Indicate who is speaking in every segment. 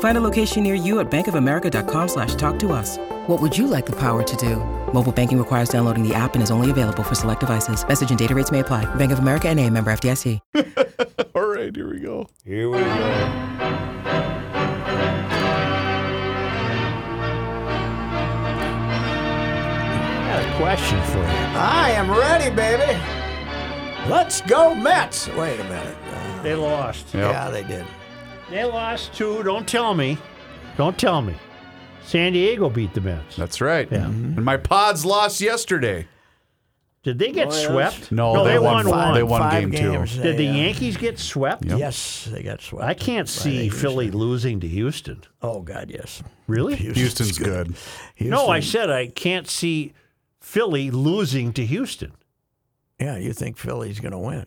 Speaker 1: Find a location near you at bankofamerica.com slash talk to us. What would you like the power to do? Mobile banking requires downloading the app and is only available for select devices. Message and data rates may apply. Bank of America and a member FDIC.
Speaker 2: All right, here we go.
Speaker 3: Here we go.
Speaker 4: Got a question for you.
Speaker 3: I am ready, baby. Let's go Mets. Wait a minute. Uh,
Speaker 4: They lost.
Speaker 3: Yeah, they did.
Speaker 4: They lost two. Don't tell me. Don't tell me. San Diego beat the Mets.
Speaker 2: That's right. And my pods lost yesterday.
Speaker 4: Did they get
Speaker 3: Boy,
Speaker 4: swept?
Speaker 3: that's-
Speaker 2: No,
Speaker 4: they,
Speaker 2: they
Speaker 4: won,
Speaker 2: won
Speaker 4: one.
Speaker 2: five- they won
Speaker 3: Five
Speaker 2: game two.
Speaker 3: games.
Speaker 4: Did the
Speaker 3: they, uh,
Speaker 4: Yankees get swept?
Speaker 3: Yes, they got swept.
Speaker 4: I can't
Speaker 3: by
Speaker 4: see
Speaker 3: the
Speaker 4: Philly
Speaker 3: Houston.
Speaker 4: losing to Houston.
Speaker 3: Oh God, yes.
Speaker 4: Really?
Speaker 2: Houston's good.
Speaker 4: No, I
Speaker 3: Houston-
Speaker 4: said I can't see Philly losing to Houston.
Speaker 3: Yeah, you think Philly's going to win?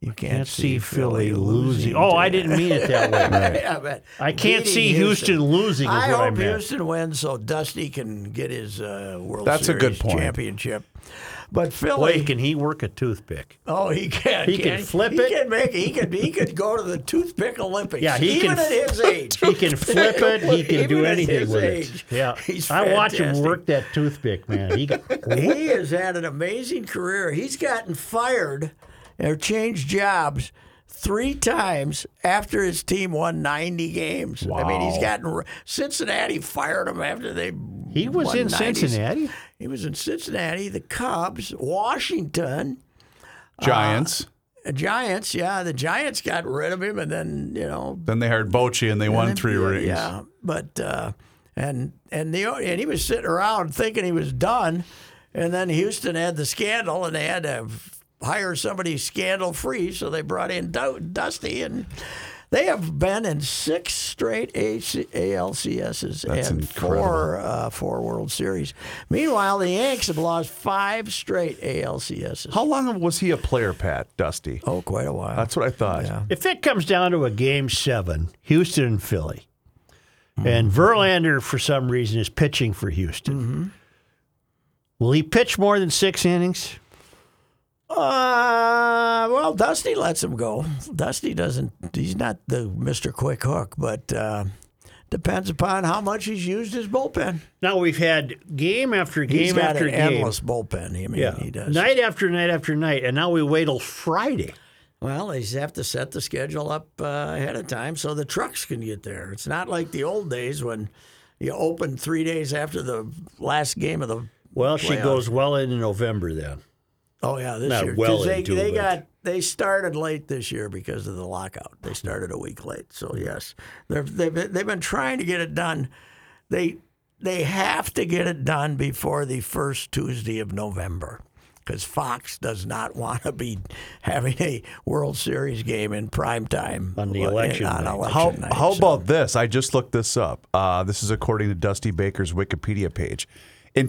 Speaker 3: You can't,
Speaker 4: Can't see Philly
Speaker 3: losing.
Speaker 4: losing. Oh,
Speaker 3: to-
Speaker 4: I didn't mean it that way.
Speaker 3: yeah, but
Speaker 4: I can't
Speaker 3: beating
Speaker 4: see Houston losing is
Speaker 3: I
Speaker 4: what I
Speaker 3: hope
Speaker 4: meant.
Speaker 3: Houston wins so Dusty can get his uh, World
Speaker 2: That's a
Speaker 3: Series
Speaker 2: good point.
Speaker 3: championship. But Philly,
Speaker 4: Boy, can he work a toothpick?
Speaker 3: oh, he can.
Speaker 4: he can flip
Speaker 3: he
Speaker 4: it.
Speaker 3: Can make, he can. He could go to the toothpick Olympics.
Speaker 4: Yeah, he
Speaker 3: even
Speaker 4: can
Speaker 3: at
Speaker 4: f-
Speaker 3: his age.
Speaker 4: He can flip it. He can
Speaker 3: Even
Speaker 4: do
Speaker 3: at
Speaker 4: anything
Speaker 3: his
Speaker 4: with
Speaker 3: age,
Speaker 4: it. Yeah,
Speaker 3: he's
Speaker 4: I watch him
Speaker 3: fantastic.
Speaker 4: work that toothpick, man. He got,
Speaker 3: he has had an amazing career. He's gotten fired or changed jobs three times after his team won 90 games. I mean, he's gotten Cincinnati fired him after they.
Speaker 4: he was
Speaker 3: won
Speaker 4: in
Speaker 3: 90s.
Speaker 4: Cincinnati.
Speaker 3: He was in Cincinnati, the Cubs, Washington,
Speaker 2: Giants.
Speaker 3: the Giants. Yeah, the Giants got rid of him, and then you know
Speaker 2: then they hired Bochy and they won three
Speaker 3: yeah,
Speaker 2: rings.
Speaker 3: Yeah, but uh, and and the and he was sitting around thinking he was done, and then Houston had the scandal, and they had to hire somebody scandal free, so they brought in Du- Dusty, and they have been in six straight AC- ALCSs
Speaker 2: That's
Speaker 3: and four uh, four World Series. Meanwhile, the Yanks have lost five straight ALCSs.
Speaker 2: How long was he a player, Pat Dusty?
Speaker 3: Oh, quite a while.
Speaker 2: That's what I thought.
Speaker 4: If it comes down to a game seven, Houston and Philly, and Verlander for some reason is pitching for Houston, will he pitch more than six innings?
Speaker 3: Uh, well, Dusty lets him go. Dusty doesn't. He's not the Mister Quick Hook, but uh, depends upon how much he's used his bullpen.
Speaker 4: Now we've had game after game
Speaker 3: he's got
Speaker 4: after
Speaker 3: an
Speaker 4: game.
Speaker 3: endless bullpen. I mean, he does.
Speaker 4: Night after night after night, and now we wait till Friday.
Speaker 3: Well, they have to set the schedule up uh, ahead of time so the trucks can get there. It's not like the old days when you opened three days after the last game of the.
Speaker 4: Well, she
Speaker 3: playoffs.
Speaker 4: goes well into November then.
Speaker 3: Oh yeah, this
Speaker 4: Not
Speaker 3: year 'Cause
Speaker 4: well
Speaker 3: they,
Speaker 4: into
Speaker 3: they
Speaker 4: it.
Speaker 3: got they started late this year because of the lockout. They started a week late, so
Speaker 4: Hmm.
Speaker 3: yes, they're, they've been- they've been trying to get it done. They they have to get it done before the first Tuesday of November because Fox does not want to be having a World Series game in prime time
Speaker 4: On the
Speaker 3: uh,
Speaker 4: election
Speaker 3: on
Speaker 4: night.
Speaker 3: election
Speaker 2: How,
Speaker 3: night,
Speaker 2: how
Speaker 3: so-
Speaker 2: about this? I just looked this up. Uh, this is according to Dusty Baker's Wikipedia page. In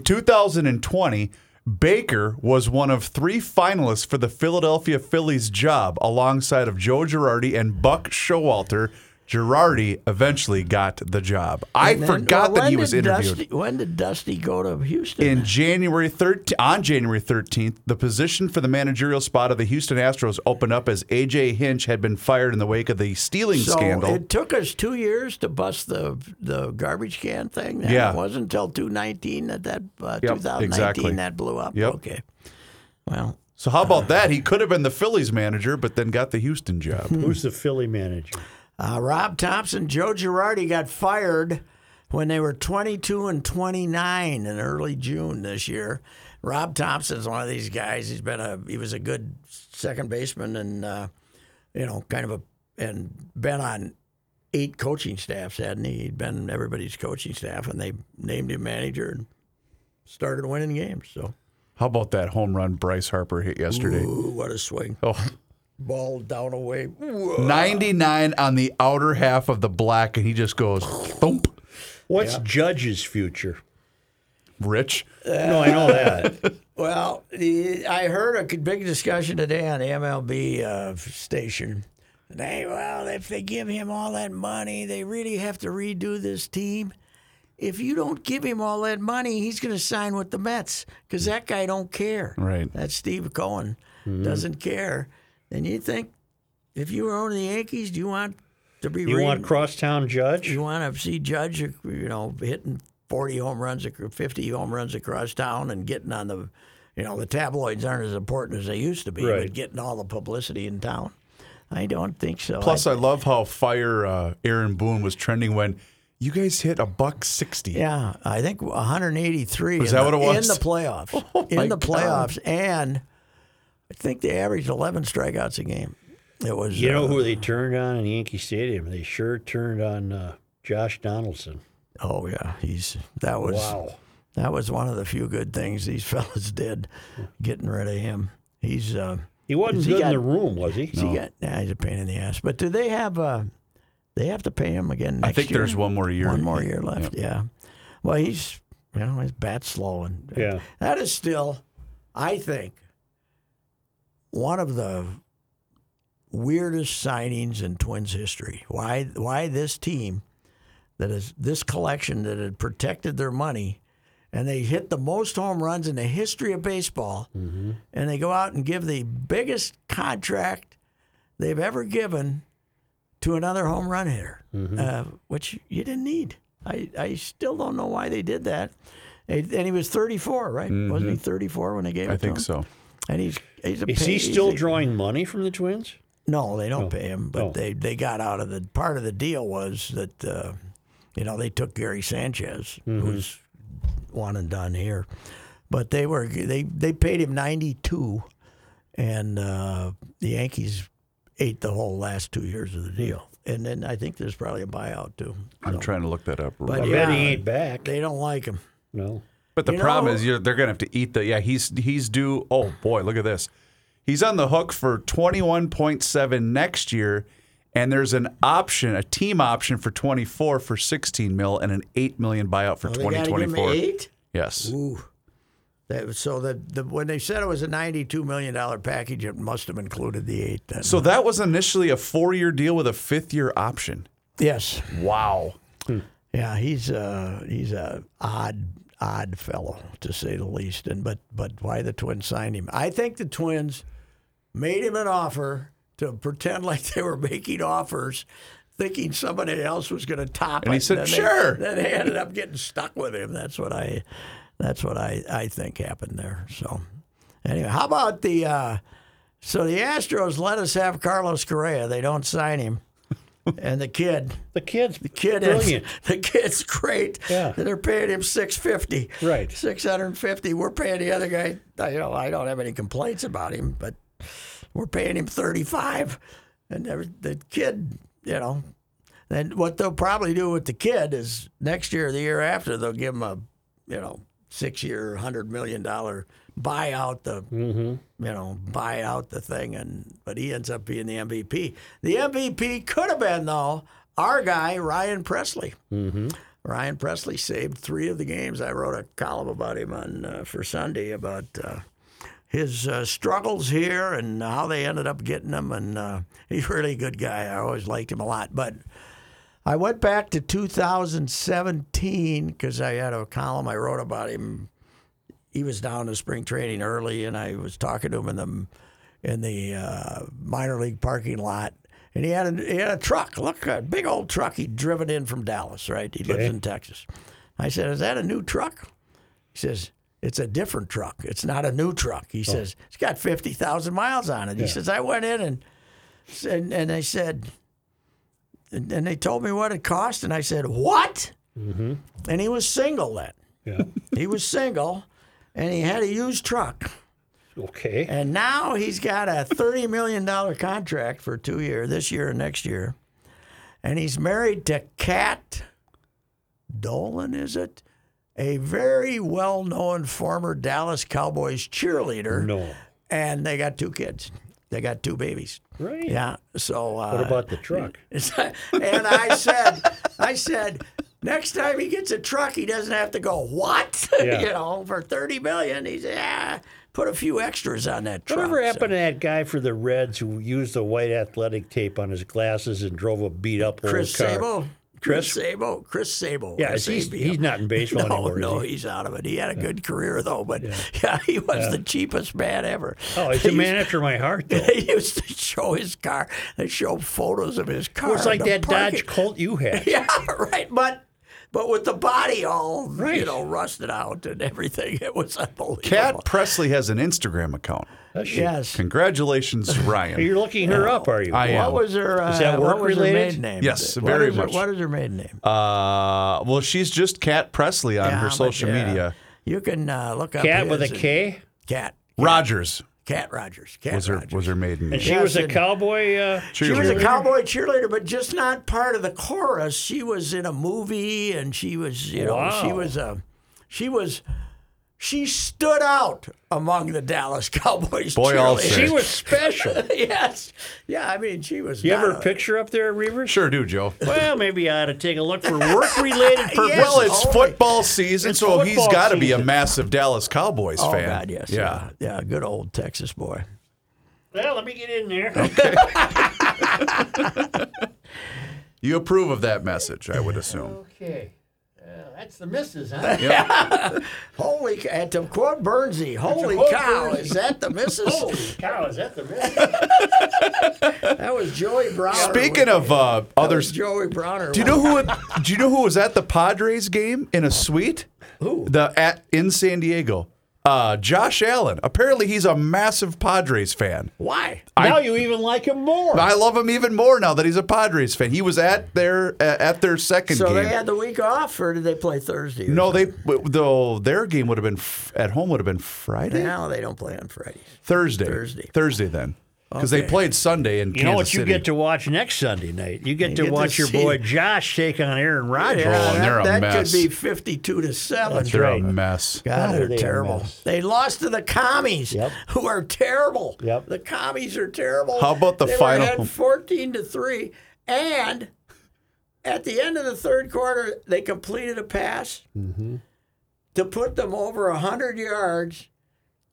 Speaker 2: 2020, Baker was one of three finalists for the Philadelphia Phillies job alongside of Joe Girardi and Buck Showalter. Girardi eventually got the job. I
Speaker 3: And then-
Speaker 2: forgot
Speaker 3: well,
Speaker 2: that he
Speaker 3: when
Speaker 2: was
Speaker 3: did
Speaker 2: interviewed.
Speaker 3: Dusty- when did Dusty go to Houston?
Speaker 2: In January 13, on January 13th, the position for the managerial spot of the Houston Astros opened up as AJ Hinch had been fired in the wake of the stealing
Speaker 3: So
Speaker 2: scandal.
Speaker 3: it took us two years to bust the the garbage can thing. Then.
Speaker 2: Yeah.
Speaker 3: it wasn't until two nineteen that that uh,
Speaker 2: Yep,
Speaker 3: 2019
Speaker 2: exactly.
Speaker 3: that blew up.
Speaker 2: Yep.
Speaker 3: Okay, well,
Speaker 2: so how about that? He could have been the Phillies manager, but then got the Houston job.
Speaker 4: Who's the Philly manager?
Speaker 3: uh, Rob Thompson, Joe Girardi got fired when they were twenty two and twenty nine in early June this year Rob Thompson's one of these guys. He's been a he was a good second baseman and uh, you know kind of a and been on eight coaching staffs, hadn't he? He'd been everybody's coaching staff, and they named him manager and started winning games. So
Speaker 2: How about that home run Bryce Harper hit yesterday?
Speaker 3: ooh, what a swing!
Speaker 2: Oh,
Speaker 3: Ball down away. Whoa.
Speaker 2: 99 on the outer half of the black, and he just goes thump.
Speaker 4: What's Judge's future?
Speaker 2: Rich,
Speaker 4: no, I know that.
Speaker 3: Well, the, I heard a big discussion today on the MLB uh, station. They well, if they give him all that money, they really have to redo this team. If you don't give him all that money, he's going to sign with the Mets because that guy don't care.
Speaker 2: Right.
Speaker 3: That Steve Cohen doesn't care. And you think if you were owning the Yankees, do you want to be
Speaker 4: You want
Speaker 3: reading-
Speaker 4: crosstown Judge?
Speaker 3: you want to see Judge, you know, hitting 40 home runs, ac- 50 home runs across town and getting on the, you know, the tabloids aren't as important as they used to be,
Speaker 4: Right.
Speaker 3: but getting all the publicity in town. I don't think so.
Speaker 2: Plus, I love how fire uh, Aaron Boone was trending when you guys hit a buck sixty.
Speaker 3: Yeah, I think 183.
Speaker 2: Was
Speaker 3: in
Speaker 2: that
Speaker 3: the-
Speaker 2: what it was? Oh
Speaker 3: In the playoffs.
Speaker 2: my
Speaker 3: in the
Speaker 2: God.
Speaker 3: playoffs. And I think they averaged 11 strikeouts a game. It was.
Speaker 4: You know
Speaker 3: uh,
Speaker 4: who they turned on in Yankee Stadium? They sure turned on uh, Josh Donaldson.
Speaker 3: Oh, yeah. He's. That was.
Speaker 4: Wow.
Speaker 3: That was one of the few good things these fellas did, getting rid of him. He's uh,
Speaker 4: He wasn't
Speaker 3: Has he
Speaker 4: good in
Speaker 3: got-
Speaker 4: the room, was he?
Speaker 3: He got, nah, he's a pain in the ass. But do they have uh they have to pay him again next
Speaker 2: I think
Speaker 3: year?
Speaker 2: there's one more year.
Speaker 3: One more year left, yeah. Well he's you know, his bat's slow and
Speaker 4: Yeah.
Speaker 3: that is still, I think, one of the weirdest signings in Twins history. Why why this team that is this collection that had protected their money and they hit the most home runs in the history of baseball
Speaker 4: Mm-hmm.
Speaker 3: and they go out and give the biggest contract they've ever given to another home run hitter,
Speaker 4: Mm-hmm.
Speaker 3: uh, which you didn't need. I, I still don't know why they did that. And and he was 34, right?
Speaker 4: Mm-hmm.
Speaker 3: Wasn't he 34 when they gave it
Speaker 2: I
Speaker 3: to
Speaker 2: think
Speaker 3: him?
Speaker 2: so.
Speaker 3: And he's he's a
Speaker 4: Is
Speaker 3: pain-
Speaker 4: he
Speaker 3: he's
Speaker 4: still
Speaker 3: a-
Speaker 4: drawing money from the Twins?
Speaker 3: No, they don't pay him. But
Speaker 4: Oh.
Speaker 3: they, they got out of the part of the deal was that uh, you know they took Gary Sanchez, who's one and done here, but they were they they paid him 92, and uh, the Yankees ate the whole last two years of the deal. And then I think there's probably a buyout too.
Speaker 2: I'm trying to look that up.
Speaker 4: I
Speaker 3: But
Speaker 4: bet he
Speaker 3: yeah,
Speaker 4: ain't back.
Speaker 3: They don't like him.
Speaker 4: No.
Speaker 2: But the
Speaker 3: You
Speaker 2: problem
Speaker 3: know-
Speaker 2: is you're, they're gonna have to eat the yeah. He's he's due. Oh boy, look at this. He's on the hook for 21.7 next year, and there's an option, a team option for 24 for 16 mil and an eight million buyout for
Speaker 3: Oh, they gotta give him
Speaker 2: 2024.
Speaker 3: eight.
Speaker 2: Yes.
Speaker 3: Ooh. That, was- so the, the when they said it was a ninety-two million dollar package, it must have included the eight. Then.
Speaker 2: So that was initially a four-year deal with a fifth-year option.
Speaker 3: yes,
Speaker 2: Wow. Hmm.
Speaker 3: yeah, he's a he's a odd odd fellow to say the least. And but but why the Twins signed him? I think the Twins made him an offer to pretend like they were making offers, thinking somebody else was going to top
Speaker 2: And
Speaker 3: it.
Speaker 2: he said,
Speaker 3: then they-
Speaker 2: "Sure."
Speaker 3: then they ended up getting stuck with him. That's what I that's what I I think happened there. So anyway, how about the? Uh, so the Astros let us have Carlos Correa. They don't sign him, and the kid.
Speaker 4: The kid's
Speaker 3: The kid
Speaker 4: brilliant.
Speaker 3: is the kid's great.
Speaker 4: Yeah.
Speaker 3: They're paying him six fifty.
Speaker 4: Right.
Speaker 3: Six hundred and fifty. We're paying the other guy I- you know, I don't have any complaints about him, but we're paying him thirty five. And there- the kid, you know. And what they'll probably do with the kid is next year or the year after they'll give him a you know, six year hundred million dollar buyout the you know, buy out the thing, and but he ends up being the MVP. The MVP could have been though our guy Ryan Presley. Mm-hmm. Ryan Presley saved three of the games. I wrote a column about him on uh, for Sunday about uh, his uh, struggles here and how they ended up getting him. And uh, he's a really good guy. I always liked him a lot, but. I went back to 2017 because I had a column I wrote about him he was down to spring training early, and I was talking to him in the in the uh, minor league parking lot, and he had a, he had a truck. Look, a big old truck he'd driven in from Dallas. Right, he lives in Texas. I said, "Is that a new truck?" He says, "It's a different truck. It's not a new truck." He says, "It's got fifty thousand miles on it." He says, "I went in and and and they said." And and they told me what it cost, and I said, "What?" Mm-hmm. And he was single then.
Speaker 4: Yeah.
Speaker 3: He was single, and he had a used truck.
Speaker 4: Okay.
Speaker 3: And now he's got a thirty million dollar contract for two year, this year and next year. And he's married to Kat Dolan, is it? A very well known former Dallas Cowboys cheerleader.
Speaker 4: No.
Speaker 3: And they got two kids. They got two babies.
Speaker 4: Right.
Speaker 3: Yeah. So uh,
Speaker 4: What about the truck?
Speaker 3: and I said, I said, next time he gets a truck, he doesn't have to go what?
Speaker 4: Yeah.
Speaker 3: you know, for thirty million, he's ah, put a few extras on that truck.
Speaker 4: Whatever
Speaker 3: So-
Speaker 4: happened to that guy for the Reds who used the white athletic tape on his glasses and drove a beat up old
Speaker 3: Chris
Speaker 4: car?
Speaker 3: Sabo?
Speaker 4: Chris-
Speaker 3: Sabo. Chris Sabo.
Speaker 4: Yeah, is he's-
Speaker 3: SABO.
Speaker 4: he's not in baseball
Speaker 3: no,
Speaker 4: anymore, is
Speaker 3: No,
Speaker 4: he?
Speaker 3: he's out of it. He had a good career though, but yeah, he was the cheapest man ever.
Speaker 4: Oh, he's
Speaker 3: They
Speaker 4: a man after my heart, though.
Speaker 3: used- They used to show his car. They show photos of his car.
Speaker 4: Well, it's
Speaker 3: in
Speaker 4: like
Speaker 3: the
Speaker 4: that Dodge
Speaker 3: parking-
Speaker 4: Colt you had.
Speaker 3: Yeah, right. But but with the body all
Speaker 4: Right.
Speaker 3: you know rusted out and everything, it was unbelievable.
Speaker 2: Cat Presley has an Instagram account.
Speaker 4: Does she?
Speaker 3: yes.
Speaker 2: Congratulations, Ryan.
Speaker 4: You're looking her up, are you?
Speaker 2: I am.
Speaker 3: What was her? Uh,
Speaker 4: Is
Speaker 3: what
Speaker 4: that
Speaker 3: was her
Speaker 4: work-related?
Speaker 3: maiden name?
Speaker 2: Yes,
Speaker 3: What
Speaker 2: very
Speaker 3: is her-
Speaker 2: much.
Speaker 3: what is her maiden name?
Speaker 2: Uh, well, she's just Cat Presley on
Speaker 3: Yeah,
Speaker 2: her
Speaker 3: but,
Speaker 2: social
Speaker 3: yeah.
Speaker 2: media.
Speaker 3: You can uh, look up
Speaker 4: Cat with a
Speaker 3: his and-
Speaker 4: K?
Speaker 3: Cat.
Speaker 2: Rogers
Speaker 3: Cat Rogers. Cat
Speaker 2: was her
Speaker 3: Rogers.
Speaker 2: was her maiden
Speaker 4: And
Speaker 2: name.
Speaker 4: she was a
Speaker 3: and-
Speaker 4: cowboy. Uh,
Speaker 3: She was a
Speaker 2: Cheerleader.
Speaker 3: cowboy cheerleader, but just not part of the chorus. She was in a movie, and she was, you know, she
Speaker 4: Wow.
Speaker 3: was a, she was, she stood out among the Dallas Cowboys.
Speaker 2: Boy, I'll
Speaker 3: cheerleaders.
Speaker 2: say.
Speaker 4: she was special.
Speaker 3: yes, yeah. I mean, she was.
Speaker 4: You have
Speaker 3: not
Speaker 4: her
Speaker 3: a-
Speaker 4: picture up there, Reavers?
Speaker 2: Sure do, Joe.
Speaker 4: Well, maybe I ought to take a look for work-related purposes.
Speaker 2: Well, it's
Speaker 3: only-
Speaker 2: football season,
Speaker 4: It's
Speaker 2: so he's
Speaker 4: football
Speaker 2: got to be a
Speaker 4: season.
Speaker 2: massive Dallas Cowboys
Speaker 3: Oh
Speaker 2: fan.
Speaker 3: God, yes,
Speaker 2: Yeah.
Speaker 3: yeah, yeah, good old Texas boy.
Speaker 4: Well, let me get in there.
Speaker 2: You approve of that message, I would assume.
Speaker 4: Okay. Well, that's the missus, huh?
Speaker 3: Holy, c- and to quote Bernsey, holy
Speaker 4: quote
Speaker 3: cow,
Speaker 4: Bernsey.
Speaker 3: is that the
Speaker 4: Holy
Speaker 3: missus?
Speaker 4: cow, is that the missus?
Speaker 3: that was Joey Browner.
Speaker 2: Speaking of uh,
Speaker 3: that was
Speaker 2: others, do
Speaker 3: Joey Browner.
Speaker 2: you know who? Do you know who was at the Padres game in a suite? Who? The at in San Diego. Uh, Josh Allen. Apparently, he's a massive Padres fan.
Speaker 3: Why?
Speaker 4: now you even like him more.
Speaker 2: I love him even more now that he's a Padres fan. He was at their uh, at their second
Speaker 3: So
Speaker 2: game.
Speaker 3: they had the week off, or did they play Thursday? or
Speaker 2: no, they though their game would have been f- at home would have been Friday,
Speaker 3: Now they don't play on Fridays.
Speaker 2: Thursday,
Speaker 3: Thursday.
Speaker 2: Thursday then, because they played Sunday in
Speaker 4: you know
Speaker 2: Kansas
Speaker 4: what you
Speaker 2: City.
Speaker 4: get to watch next Sunday night? You get to
Speaker 3: get to
Speaker 4: watch your
Speaker 3: see-
Speaker 4: boy Josh take on Aaron Rodgers.
Speaker 2: Oh, and
Speaker 3: that,
Speaker 2: they're a
Speaker 3: that
Speaker 2: mess.
Speaker 3: could be fifty-two to seven.
Speaker 2: They're
Speaker 4: right.
Speaker 2: a mess.
Speaker 3: God,
Speaker 4: How
Speaker 3: they're
Speaker 4: are they a
Speaker 3: terrible.
Speaker 4: mess?
Speaker 3: They lost to the commies,
Speaker 4: Yep.
Speaker 3: who are terrible.
Speaker 4: Yep.
Speaker 3: The commies are terrible.
Speaker 2: How about the
Speaker 3: they
Speaker 2: final-
Speaker 3: Were ahead Fourteen to three, and at the end of the third quarter, they completed a pass to put them over hundred yards,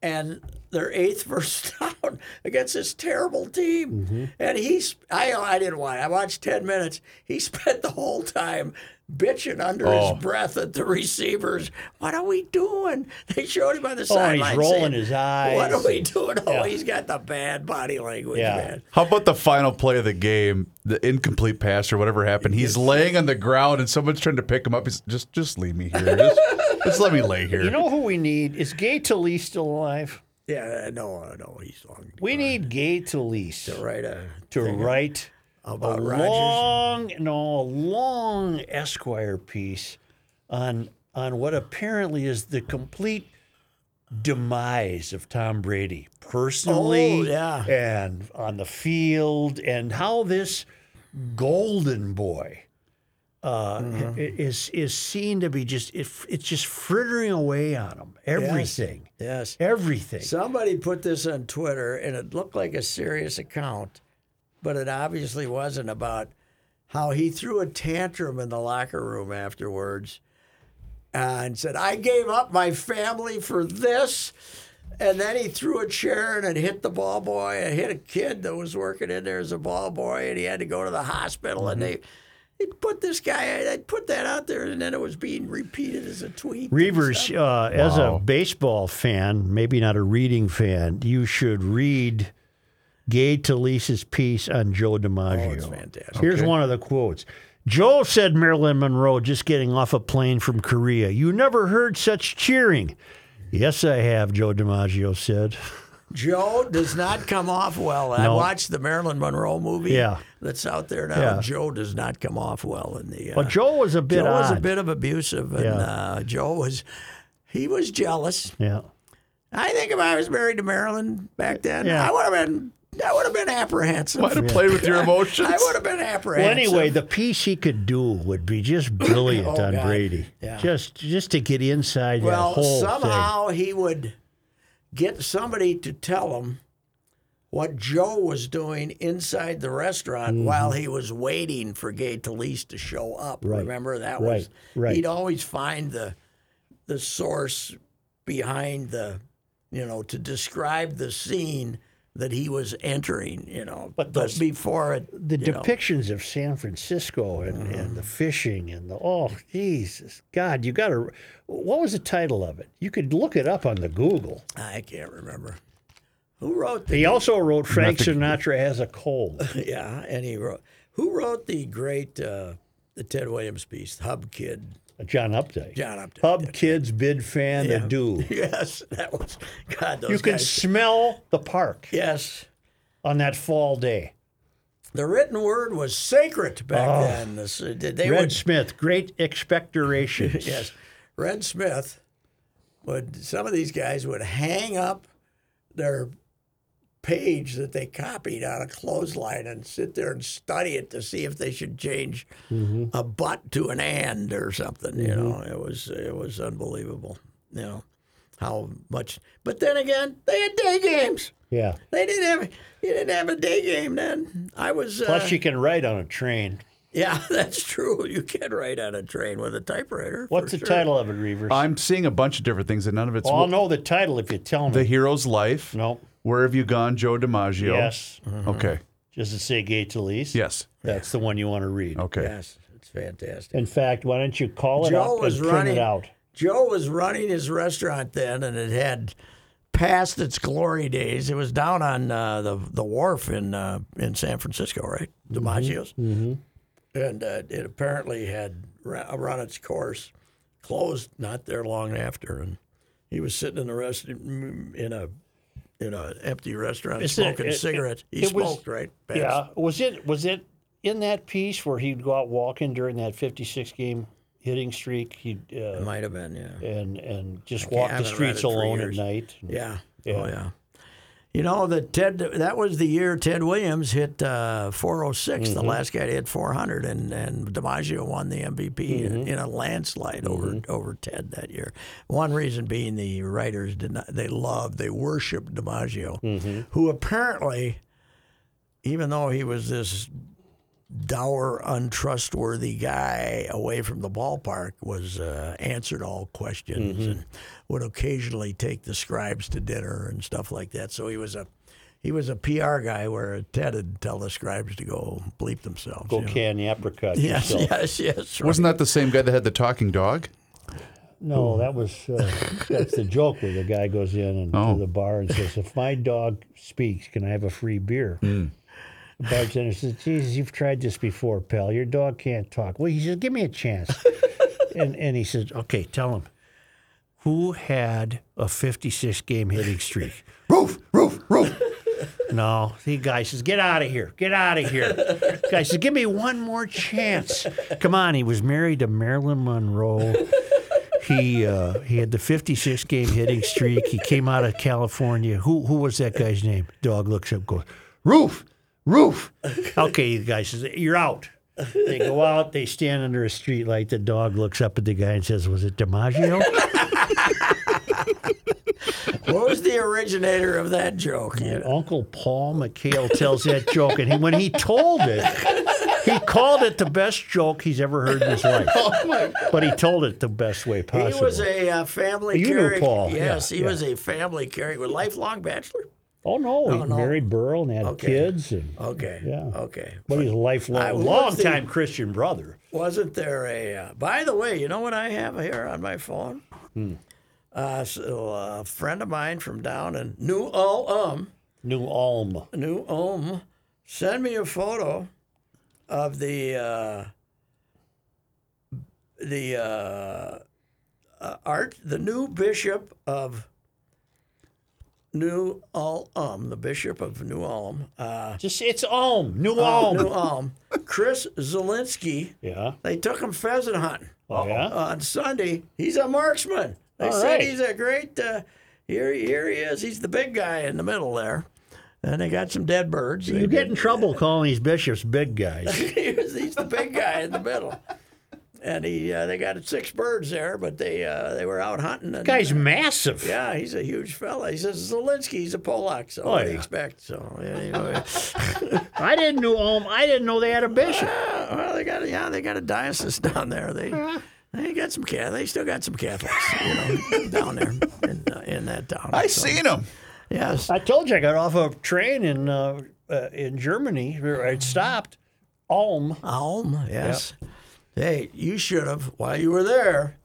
Speaker 3: and their eighth first down against this terrible team.
Speaker 4: Mm-hmm.
Speaker 3: And he's I I didn't watch. I watched ten minutes. He spent the whole time bitching under
Speaker 2: Oh.
Speaker 3: his breath at the receivers. What are we doing? They showed him on the
Speaker 4: Oh,
Speaker 3: sideline.
Speaker 4: and he's
Speaker 3: saying,
Speaker 4: rolling his eyes.
Speaker 3: What are we doing? Oh, he's got the bad body language,
Speaker 4: Yeah.
Speaker 3: man.
Speaker 2: How about the final play of the game, the incomplete pass or whatever happened? He's laying on the ground and someone's trying to pick him up. He's just just leave me here. Just, just let me lay here.
Speaker 4: You know who we need? Is Gay Talese still alive?
Speaker 3: Yeah, no, no, he's long.
Speaker 4: We need Gay Talese
Speaker 3: Right, uh,
Speaker 4: to write a
Speaker 3: about Rogers.
Speaker 4: long, no, a long Esquire piece on on what apparently is the complete demise of Tom Brady personally
Speaker 3: Oh, yeah.
Speaker 4: and on the field and how this golden boy uh,
Speaker 3: Mm-hmm.
Speaker 4: i- is is seen to be just it, it's just frittering away on him everything
Speaker 3: Yes.
Speaker 4: everything
Speaker 3: Somebody put this on Twitter, and it looked like a serious account, but it obviously wasn't about how he threw a tantrum in the locker room afterwards and said, I gave up my family for this. And then he threw a chair and it hit the ball boy. It hit a kid that was working in there as a ball boy, and he had to go to the hospital. And
Speaker 4: Mm-hmm.
Speaker 3: they, they put this guy, they put that out there, and then it was being repeated as a tweet. and
Speaker 4: Reavers, uh, as a baseball fan, maybe not a reading fan, you should read Gay Talese's piece on Joe DiMaggio.
Speaker 3: Oh, fantastic.
Speaker 4: Here's one of the quotes. Joe said Marilyn Monroe just getting off a plane from Korea. You never heard such cheering. Yes, I have, Joe DiMaggio said.
Speaker 3: Joe does not come off well. I watched the Marilyn Monroe movie
Speaker 4: Yeah.
Speaker 3: that's out there now.
Speaker 4: Yeah.
Speaker 3: Joe does not come off well in the. Uh,
Speaker 4: But Joe was a bit
Speaker 3: Joe was a
Speaker 4: odd.
Speaker 3: bit of abusive, and
Speaker 4: Yeah.
Speaker 3: uh, Joe was. He was jealous.
Speaker 4: Yeah.
Speaker 3: I think if I was married to Marilyn back then,
Speaker 4: Yeah.
Speaker 3: I would have been I would have been apprehensive.
Speaker 2: Might have played with your emotions.
Speaker 3: I would have been apprehensive.
Speaker 4: Well, anyway, the piece he could do would be just brilliant
Speaker 3: Oh,
Speaker 4: on
Speaker 3: God.
Speaker 4: Brady.
Speaker 3: Yeah.
Speaker 4: Just just to get inside
Speaker 3: well,
Speaker 4: that whole thing.
Speaker 3: somehow he would get somebody to tell him what Joe was doing inside the
Speaker 4: Mm-hmm.
Speaker 3: restaurant while he was waiting for Gay Talese to show up.
Speaker 4: Right.
Speaker 3: Remember that
Speaker 4: Right.
Speaker 3: was
Speaker 4: Right.
Speaker 3: he'd always find the the source behind the you know to describe the scene that he was entering. You know,
Speaker 4: But
Speaker 3: but,
Speaker 4: those-
Speaker 3: before it,
Speaker 4: The
Speaker 3: you know. Mm-hmm.
Speaker 4: depictions of San Francisco and, and the fishing and the oh Jesus God, you got to. What was the title of it? You could look it up on the Google.
Speaker 3: I can't remember who wrote the
Speaker 4: He also wrote Frank Sinatra has a cold.
Speaker 3: Yeah, and he wrote. Who wrote the great uh, the Ted Williams piece, Hub Kid?
Speaker 4: John Updike.
Speaker 3: John Updike,
Speaker 4: Hub kids bid fan ado.
Speaker 3: Yes, that was God. Those
Speaker 4: You can
Speaker 3: guys-
Speaker 4: smell the park
Speaker 3: yes,
Speaker 4: on that fall day.
Speaker 3: the written word was sacred back
Speaker 4: Oh.
Speaker 3: then. This, uh, they
Speaker 4: Red
Speaker 3: would,
Speaker 4: Smith, great expectorations.
Speaker 3: yes, Red Smith would. Some of these guys would hang up their page that they copied on a clothesline and sit there and study it to see if they should change
Speaker 4: Mm-hmm.
Speaker 3: a but to an and or something. You know, it was it was unbelievable. You know how much, but then again, they had day games.
Speaker 4: Yeah.
Speaker 3: They didn't have you didn't have a day game then. I was uh,
Speaker 4: Plus, you can ride on a train.
Speaker 3: yeah, that's true. You can write on a train with a typewriter.
Speaker 4: What's
Speaker 3: for
Speaker 4: the
Speaker 3: sure.
Speaker 4: title of it, Reavers?
Speaker 2: I'm seeing a bunch of different things, and none of it's
Speaker 4: well, I'll know the title if you tell me.
Speaker 2: the hero's life.
Speaker 4: no.
Speaker 2: Where have you gone, Joe DiMaggio?
Speaker 4: Yes.
Speaker 2: Okay.
Speaker 4: Just to say Gay Talese.
Speaker 2: Yes.
Speaker 4: That's the one you want to read.
Speaker 2: Okay.
Speaker 3: Yes, it's fantastic.
Speaker 4: In fact, why don't you call it
Speaker 3: Joe
Speaker 4: up
Speaker 3: was
Speaker 4: and print
Speaker 3: running
Speaker 4: it out?
Speaker 3: Joe was running his restaurant then, and it had passed its glory days. It was down on uh, the the wharf in uh, in San Francisco, right? DiMaggio's, mm-hmm. and uh, it apparently had ra- run its course. Closed not there long after, and he was sitting in the rest in a in a empty restaurant
Speaker 4: Is it-
Speaker 3: smoking
Speaker 4: it- it-
Speaker 3: cigarettes. He
Speaker 4: it was-
Speaker 3: smoked right. Past.
Speaker 4: Yeah. Was it was it in that piece where he'd go out walking during that 56 game hitting streak? He'd
Speaker 3: it
Speaker 4: uh,
Speaker 3: might have been. Yeah.
Speaker 4: and and just
Speaker 3: can't-
Speaker 4: walk
Speaker 3: I
Speaker 4: the
Speaker 3: haven't read
Speaker 4: streets
Speaker 3: it for
Speaker 4: alone at
Speaker 3: years.
Speaker 4: night.
Speaker 3: Yeah.
Speaker 4: Yeah.
Speaker 3: Oh yeah. You know that Ted. That was the year Ted Williams hit uh, 406. The last guy to hit 400, and and DiMaggio won the MVP in, in a landslide over over Ted that year. One reason being the writers did not. They loved. They worshipped DiMaggio, who apparently, even though he was this dour, untrustworthy guy away from the ballpark was uh, answered all questions
Speaker 4: Mm-hmm.
Speaker 3: and would occasionally take the scribes to dinner and stuff like that. So he was a he was a PR guy where Ted would tell the scribes to go bleep themselves.
Speaker 4: Go
Speaker 3: you know.
Speaker 4: can the apricot.
Speaker 3: Yes,
Speaker 4: yourself.
Speaker 3: yes, yes. right.
Speaker 2: Wasn't that the same guy that had the talking dog?
Speaker 4: No, that was uh, that's the joke where the guy goes in and
Speaker 2: Oh.
Speaker 4: to the bar and says, "If my dog speaks, can I have a free beer?"
Speaker 2: Hmm.
Speaker 4: The bartender says, "Jesus, you've tried this before, pal. Your dog can't talk." Well, he says, "Give me a chance," and and he says, "Okay, tell him who had a 56 game hitting streak."
Speaker 2: Roof, roof, roof.
Speaker 4: No, the guy says, "Get out of here! Get out of here!" guy says, "Give me one more chance." Come on, he was married to Marilyn Monroe. He uh, he had the 56 game hitting streak. He came out of California. Who who was that guy's name? Dog looks up, goes, "Roof, roof." Okay, the guy says, "You're out." They go out. They stand under a street light. The dog looks up at the guy and says, "Was it DiMaggio?"
Speaker 3: what was the originator of that joke? You
Speaker 4: And
Speaker 3: know?
Speaker 4: Uncle Paul McHale tells that joke, and he, when he told it, he called it the best joke he's ever heard in his life. But he told it the best way
Speaker 3: Oh, He
Speaker 4: possible.
Speaker 3: was a uh, family
Speaker 4: You knew
Speaker 3: character.
Speaker 4: Paul, yeah,
Speaker 3: Yes, he
Speaker 4: yeah.
Speaker 3: was a family character. Lifelong bachelor.
Speaker 4: oh no, he
Speaker 3: no.
Speaker 4: married Burl and had
Speaker 3: Okay.
Speaker 4: kids, and
Speaker 3: Okay.
Speaker 4: Yeah.
Speaker 3: Okay.
Speaker 4: but he's a
Speaker 3: I-
Speaker 4: lifelong,
Speaker 3: what's the-
Speaker 4: long-time Christian brother.
Speaker 3: Wasn't there a? Uh, by the way, you know what I have here on my phone?
Speaker 4: Hmm.
Speaker 3: Uh, so uh, a friend of mine from down in New Ulm,
Speaker 4: New Ulm.
Speaker 3: New Ulm, sent me a photo of the uh, the uh, uh, art, the new bishop of New Ulm, the bishop of New Ulm, uh,
Speaker 4: Just it's Ulm, Oh, New Ulm.
Speaker 3: New Ulm, Chris Zelinsky.
Speaker 4: yeah.
Speaker 3: They took him pheasant hunting
Speaker 4: Oh, yeah.
Speaker 3: on Sunday. He's a marksman. They
Speaker 4: All
Speaker 3: said
Speaker 4: right.
Speaker 3: he's a great. Uh, here, here he is. He's the big guy in the middle there. And they got some dead birds. They
Speaker 4: You get in
Speaker 3: did-
Speaker 4: trouble calling these bishops big guys.
Speaker 3: he's, he's the big guy in the middle. And he, uh, they got six birds there, but they uh, they were out hunting. And,
Speaker 4: Guy's massive.
Speaker 3: yeah, he's a huge fella. He says Zelensky, he's a Polak, so
Speaker 4: Oh,
Speaker 3: what do
Speaker 4: yeah.
Speaker 3: you expect? So yeah, anyway.
Speaker 4: I didn't know. Um, I didn't know they had a bishop.
Speaker 3: Yeah, Oh, well, they got a, yeah, they got a diocese down there. They
Speaker 4: Uh-huh.
Speaker 3: they got some Catholic. They still got some Catholics, you know, down there in, uh, in that town.
Speaker 2: I
Speaker 3: So,
Speaker 2: seen him.
Speaker 3: Yes.
Speaker 4: I told you I got off a train in uh, uh, in Germany. It stopped. Ulm.
Speaker 3: Alm, yes. Hey, you should have while you were there.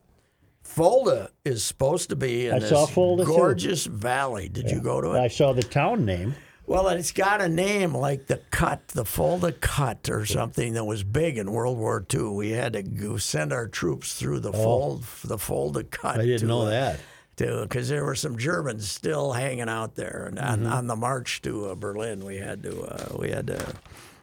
Speaker 3: Fulda is supposed to be in
Speaker 4: I
Speaker 3: this
Speaker 4: saw Fulda, too.
Speaker 3: gorgeous valley. Did you go to it?
Speaker 4: I saw the town name.
Speaker 3: Well, it's got a name like the Cut, the Fulda Cut, or something that was big in World War II. We had to go send our troops through the fold, the Fulda Cut.
Speaker 4: Oh. I
Speaker 3: to,
Speaker 4: didn't know
Speaker 3: uh,
Speaker 4: that.
Speaker 3: to because there were some Germans still hanging out there, and on, on the march to uh, Berlin, we had to uh, we had to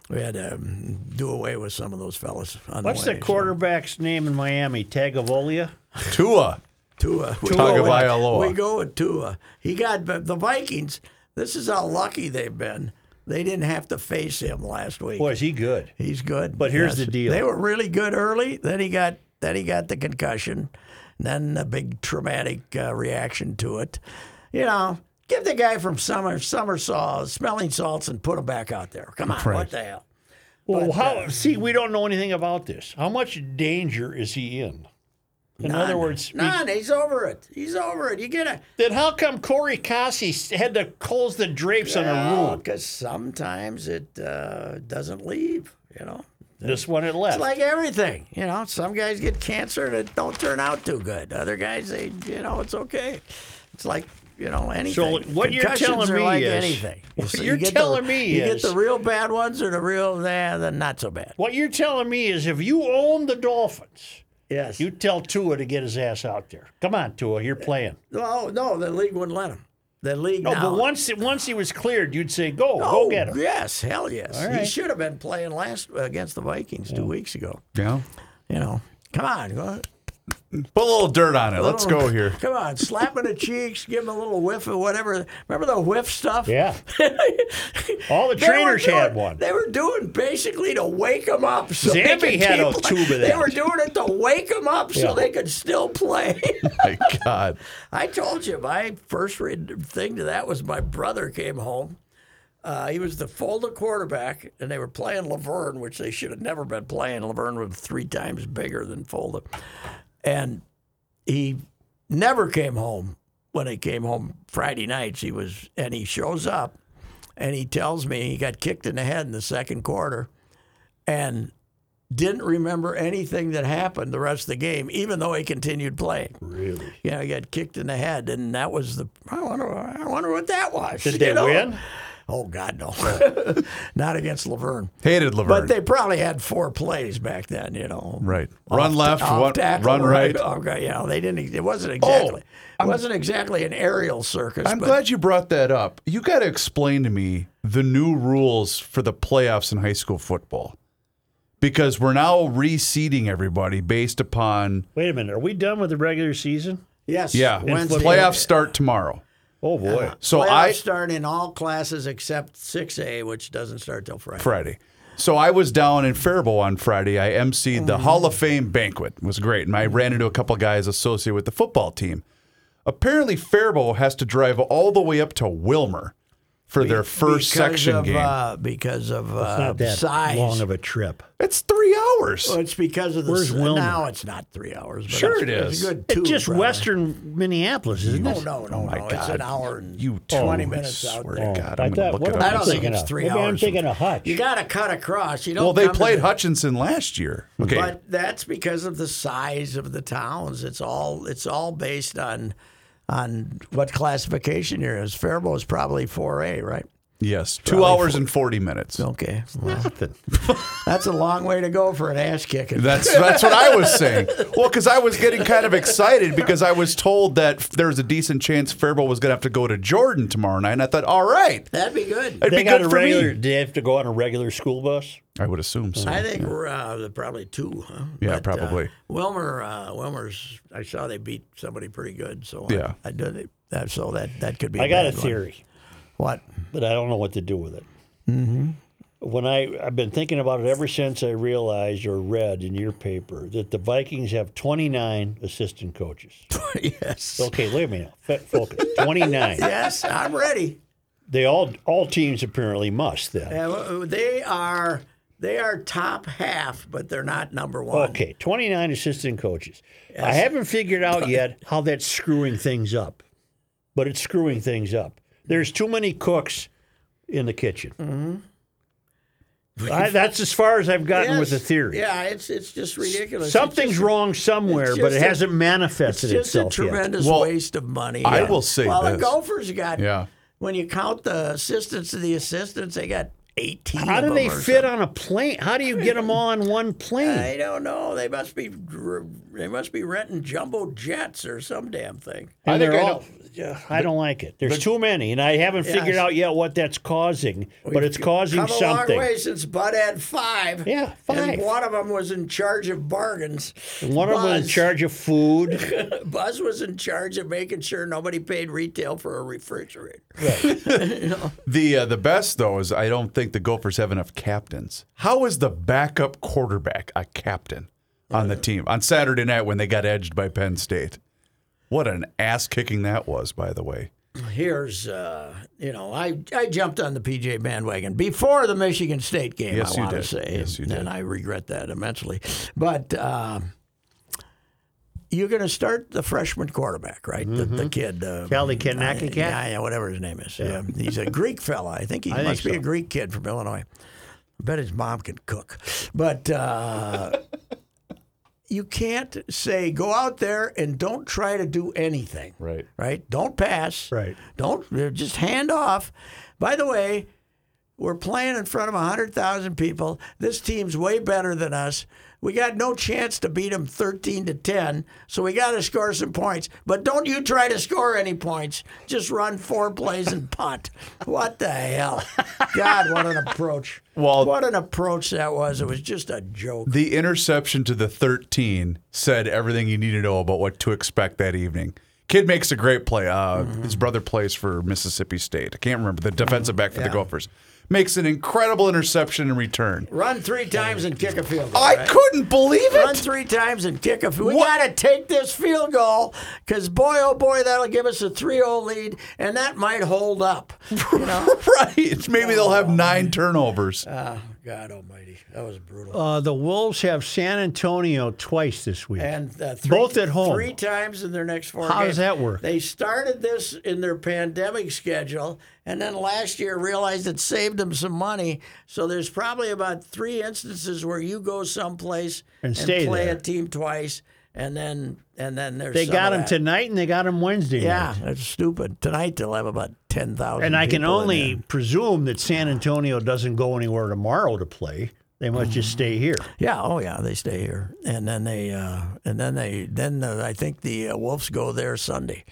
Speaker 3: we had to um, do away with some of those fellas. On
Speaker 4: What's
Speaker 3: the,
Speaker 4: the
Speaker 3: way, so-
Speaker 4: quarterback's name in Miami? Tagovolia.
Speaker 2: Tua.
Speaker 3: Tua. We go,
Speaker 2: Tagovailoa.
Speaker 3: with, we go with Tua. He got but the Vikings. This is how lucky they've been. They didn't have to face him last week.
Speaker 4: Boy, is he good.
Speaker 3: He's good.
Speaker 4: But here's the deal.
Speaker 3: They were really good early. Then he got then he got the concussion. And then a big traumatic uh, reaction to it. You know, give the guy from summer summer saw smelling salts and put him back out there. Come on, what the hell? uh,
Speaker 4: Well, how? see, we don't know anything about this. How much danger is he in? In other words, we-
Speaker 3: None. He's over it. He's over it. You get a
Speaker 4: then how come Corey Kasi had to close the drapes on a room?
Speaker 3: because sometimes it uh, doesn't leave. You know,
Speaker 4: This one it left.
Speaker 3: It's like everything. You know, some guys get cancer and it don't turn out too good. Other guys, they, you know, it's okay. It's like, you know, anything.
Speaker 4: what you're
Speaker 3: Concussions
Speaker 4: telling
Speaker 3: are
Speaker 4: me
Speaker 3: like
Speaker 4: is-
Speaker 3: anything.
Speaker 4: what
Speaker 3: see,
Speaker 4: you're
Speaker 3: get
Speaker 4: telling
Speaker 3: the,
Speaker 4: me
Speaker 3: you
Speaker 4: is-
Speaker 3: get the real bad ones or the real, nah, the not so bad.
Speaker 4: what you're telling me is, if you own the Dolphins,
Speaker 3: Yes.
Speaker 4: you tell Tua to get his ass out there. Come on, Tua, you're playing.
Speaker 3: no, no, the league wouldn't let him. The league
Speaker 4: No,
Speaker 3: now.
Speaker 4: but once once he was cleared, you'd say, "Go,
Speaker 3: Oh,
Speaker 4: go get him."
Speaker 3: Yes, hell yes. He
Speaker 4: right.
Speaker 3: should have been playing last against the Vikings two weeks ago.
Speaker 2: Yeah.
Speaker 3: You know, come on. go-
Speaker 2: Put a little dirt on it. Let's go here.
Speaker 3: Come on, slap him in the cheeks, give him a little whiff of whatever. Remember the whiff stuff?
Speaker 4: Yeah, all the
Speaker 3: They
Speaker 4: trainers
Speaker 3: were doing-
Speaker 4: had one.
Speaker 3: They were doing basically to wake them up. So they
Speaker 4: Zambi
Speaker 3: could
Speaker 4: had a
Speaker 3: keep-
Speaker 4: tube of
Speaker 3: They
Speaker 4: that.
Speaker 3: were doing it to wake them up
Speaker 4: Yeah.
Speaker 3: so they could still play.
Speaker 2: My God.
Speaker 3: I told you my first read thing to that was my brother came home. Uh, he was the Fulda quarterback, and they were playing Laverne, which they should have never been playing. Laverne was three times bigger than Fulda, and he never came home. When he came home Friday nights, he was and he shows up, and he tells me he got kicked in the head in the second quarter, and didn't remember anything that happened the rest of the game, even though he continued playing
Speaker 4: Really?
Speaker 3: you know, he got kicked in the head, and that was the. I wonder. I wonder what that was.
Speaker 4: Did
Speaker 3: you
Speaker 4: they
Speaker 3: know?
Speaker 4: win?
Speaker 3: Oh God, no! Not against Laverne.
Speaker 2: Hated Laverne.
Speaker 3: But they probably had four plays back then, you know.
Speaker 2: Right.
Speaker 3: Off
Speaker 2: Run
Speaker 3: ta-
Speaker 2: left,
Speaker 3: off
Speaker 2: one-
Speaker 3: tackle,
Speaker 2: run right. Oh,
Speaker 3: Okay, yeah, they didn't. e, It wasn't exactly. it wasn't exactly an aerial circus.
Speaker 2: I'm
Speaker 3: but
Speaker 2: glad you brought that up. You got to explain to me the new rules for the playoffs in high school football because we're now reseeding everybody based upon
Speaker 4: Wait a minute. Are we done with the regular season?
Speaker 3: Yes.
Speaker 2: yeah.
Speaker 3: Wednesday.
Speaker 2: Playoffs start tomorrow.
Speaker 4: Oh boy.
Speaker 2: So
Speaker 3: Playoffs
Speaker 2: I
Speaker 3: start in all classes except 6A, which doesn't start till Friday.
Speaker 2: Friday. So I was down in Faribault on Friday. I emceed the Hall of Fame banquet. It was great. And I ran into a couple guys associated with the football team. Apparently, Faribault has to drive all the way up to Wilmer for their first
Speaker 3: because
Speaker 2: section
Speaker 3: of,
Speaker 2: game.
Speaker 3: Uh, because of uh,
Speaker 4: Not that
Speaker 3: size.
Speaker 4: long of a trip.
Speaker 2: it's three hours.
Speaker 3: Well, it's because of the
Speaker 4: Where's
Speaker 3: sun.
Speaker 4: Wilmer?
Speaker 3: Now it's not three hours. But
Speaker 2: Sure
Speaker 3: it's,
Speaker 2: it
Speaker 3: It's
Speaker 2: is.
Speaker 3: a good
Speaker 4: It's
Speaker 3: two.
Speaker 4: just
Speaker 3: probably.
Speaker 4: western Minneapolis, isn't
Speaker 3: No,
Speaker 4: it?
Speaker 3: no, no, no. It's an hour and
Speaker 2: Oh, You too.
Speaker 3: 20
Speaker 2: I
Speaker 3: minutes out
Speaker 2: swear
Speaker 3: there.
Speaker 2: to God,
Speaker 4: Oh, I
Speaker 2: I'm
Speaker 4: thought-
Speaker 2: going to
Speaker 4: what
Speaker 2: look it
Speaker 4: am
Speaker 3: I
Speaker 2: up.
Speaker 3: don't think
Speaker 4: thinking
Speaker 3: it's
Speaker 4: of?
Speaker 3: three
Speaker 4: Maybe I'm
Speaker 3: hours.
Speaker 4: thinking of Hutch.
Speaker 3: You got to cut across. You don't.
Speaker 2: Well, they
Speaker 3: come to
Speaker 2: played
Speaker 3: the-
Speaker 2: Hutchinson last year. Okay.
Speaker 3: But that's because of the size of the towns. It's all it's all based on on what classification you're in. Faribault is probably 4A, right?
Speaker 2: Yes, two hours and forty minutes.
Speaker 3: Okay. Well,
Speaker 4: Nothing.
Speaker 3: that's a long way to go for an ass kicking.
Speaker 2: That's that's what I was saying. Well, because I was getting kind of excited because I was told that f- there was a decent chance Faribault was going to have to go to Jordan tomorrow night, and I thought, all right,
Speaker 3: That'd be good.
Speaker 2: it'd
Speaker 4: They
Speaker 2: be
Speaker 4: got a
Speaker 2: good for
Speaker 4: regular.
Speaker 2: me.
Speaker 4: Do they have to go on a regular school bus?
Speaker 2: I would assume so.
Speaker 3: I think we're uh, probably two, huh?
Speaker 2: Yeah,
Speaker 3: uh,
Speaker 2: probably.
Speaker 3: Wilmer, uh, Wilmer's. I saw they beat somebody pretty good, so I-
Speaker 2: Yeah.
Speaker 3: I, did it. That, so that that could be.
Speaker 4: I got a
Speaker 3: bad one.
Speaker 4: theory,
Speaker 3: What?
Speaker 4: but I don't know what to do with it.
Speaker 3: Mm-hmm.
Speaker 4: When I I've been thinking about it ever since I realized or read in your paper that the Vikings have 29 assistant coaches.
Speaker 3: yes.
Speaker 4: Okay, leave me now. F- Focus. 29.
Speaker 3: Yes, I'm ready.
Speaker 4: They all all teams apparently must then.
Speaker 3: Uh, They are they are top half, but they're not number one.
Speaker 4: Okay, 29 assistant coaches. I haven't figured out yet how that's screwing things up, but it's screwing things up. There's too many cooks in the kitchen. I, that's as far as I've gotten with the
Speaker 3: Mm-hmm. Yes.
Speaker 4: theory.
Speaker 3: Yeah, it's it's just ridiculous. It's
Speaker 4: Something's
Speaker 3: just-
Speaker 4: wrong somewhere,
Speaker 3: it's
Speaker 4: but it
Speaker 3: just a-
Speaker 4: hasn't
Speaker 3: It's
Speaker 4: manifested
Speaker 3: just a
Speaker 4: itself yet.
Speaker 3: tremendous
Speaker 2: Well,
Speaker 3: waste of money.
Speaker 2: I will say
Speaker 3: well, the
Speaker 2: this.
Speaker 3: Gophers got
Speaker 2: Yeah.
Speaker 3: When you count the assistants to the assistants, they got eighteen.
Speaker 4: How
Speaker 3: of
Speaker 4: do
Speaker 3: them
Speaker 4: they
Speaker 3: or
Speaker 4: fit
Speaker 3: something.
Speaker 4: on a plane? How do you get them all on one plane?
Speaker 3: I don't know. They must be dr- they must be renting jumbo jets or some damn thing.
Speaker 4: And
Speaker 2: I think
Speaker 4: they're
Speaker 2: I
Speaker 4: all. Yeah, I don't like it. There's too many, and I haven't figured
Speaker 3: Yes.
Speaker 4: out yet what that's causing, but it's causing
Speaker 3: Come a long
Speaker 4: something.
Speaker 3: way since Bud had five.
Speaker 4: Yeah, five.
Speaker 3: And one of them was in charge of bargains.
Speaker 4: One of them was in
Speaker 3: Buzz.
Speaker 4: charge of food.
Speaker 3: Buzz was in charge of making sure nobody paid retail for a refrigerator.
Speaker 2: The uh, the best though is I don't think the Gophers have enough captains. How is the backup quarterback a captain on the team on Saturday night when they got edged by Penn State? What an ass kicking that was, by the way.
Speaker 3: Here's, uh, you know, I, I jumped on the PJ bandwagon before the Michigan State game,
Speaker 2: Yes,
Speaker 3: I
Speaker 2: you
Speaker 3: want to
Speaker 2: did.
Speaker 3: say.
Speaker 2: Yes, you did.
Speaker 3: And I regret that immensely. But uh, you're going to start the freshman quarterback, right? The, the
Speaker 2: Mm-hmm.
Speaker 3: kid. Uh,
Speaker 4: Kelly Kanakakat?
Speaker 3: Yeah, yeah, whatever his name is. Yeah. He's a Greek fella. I think he
Speaker 4: think
Speaker 3: must be
Speaker 4: so.
Speaker 3: a Greek kid from Illinois. I bet his mom can cook. But. Uh, you can't say go out there and don't try to do anything.
Speaker 2: Right.
Speaker 3: Right. Don't pass.
Speaker 4: Right.
Speaker 3: Don't uh, just hand off. By the way, we're playing in front of 100,000 people. This team's way better than us. We got no chance to beat them 13 to 10, so we got to score some points. But don't you try to score any points. Just run four plays and punt. What the hell? God, what an approach.
Speaker 2: Well-
Speaker 3: what an approach that was. It was just a joke.
Speaker 2: The interception to the 13 said everything you need to know about what to expect that evening. Kid makes a great play. Uh,
Speaker 3: Mm-hmm.
Speaker 2: His brother plays for Mississippi State. I can't remember the defensive back for the Gophers. Makes an incredible interception in return.
Speaker 3: Run three times and kick a field goal.
Speaker 2: I
Speaker 3: right?
Speaker 2: couldn't believe
Speaker 3: Run
Speaker 2: it.
Speaker 3: three times and kick a field We
Speaker 2: What?
Speaker 3: got to take this field goal because, boy, oh, boy, that'll give us a 3 0 lead, and that might hold up. You know?
Speaker 2: right. Maybe they'll have nine turnovers.
Speaker 3: oh, God almighty. That was brutal.
Speaker 4: Uh, the Wolves have San Antonio twice this week.
Speaker 3: and uh, three,
Speaker 4: both at home.
Speaker 3: Three times in their next four
Speaker 4: How
Speaker 3: games.
Speaker 4: does that work?
Speaker 3: They started this in their pandemic schedule, and then last year realized it saved them some money. So there's probably about three instances where you go someplace
Speaker 4: And stay
Speaker 3: play
Speaker 4: there.
Speaker 3: a team twice, and then and then there's
Speaker 4: they
Speaker 3: some
Speaker 4: got
Speaker 3: of
Speaker 4: them
Speaker 3: that.
Speaker 4: tonight and they got them Wednesday.
Speaker 3: Yeah,
Speaker 4: night.
Speaker 3: that's stupid. Tonight they'll have about ten thousand.
Speaker 4: And I can only presume that San Antonio doesn't go anywhere tomorrow to play. They must just stay here.
Speaker 3: Yeah. Oh, yeah. They stay here, and then they, uh, and then they, then uh, I think the uh, Wolves go there Sunday,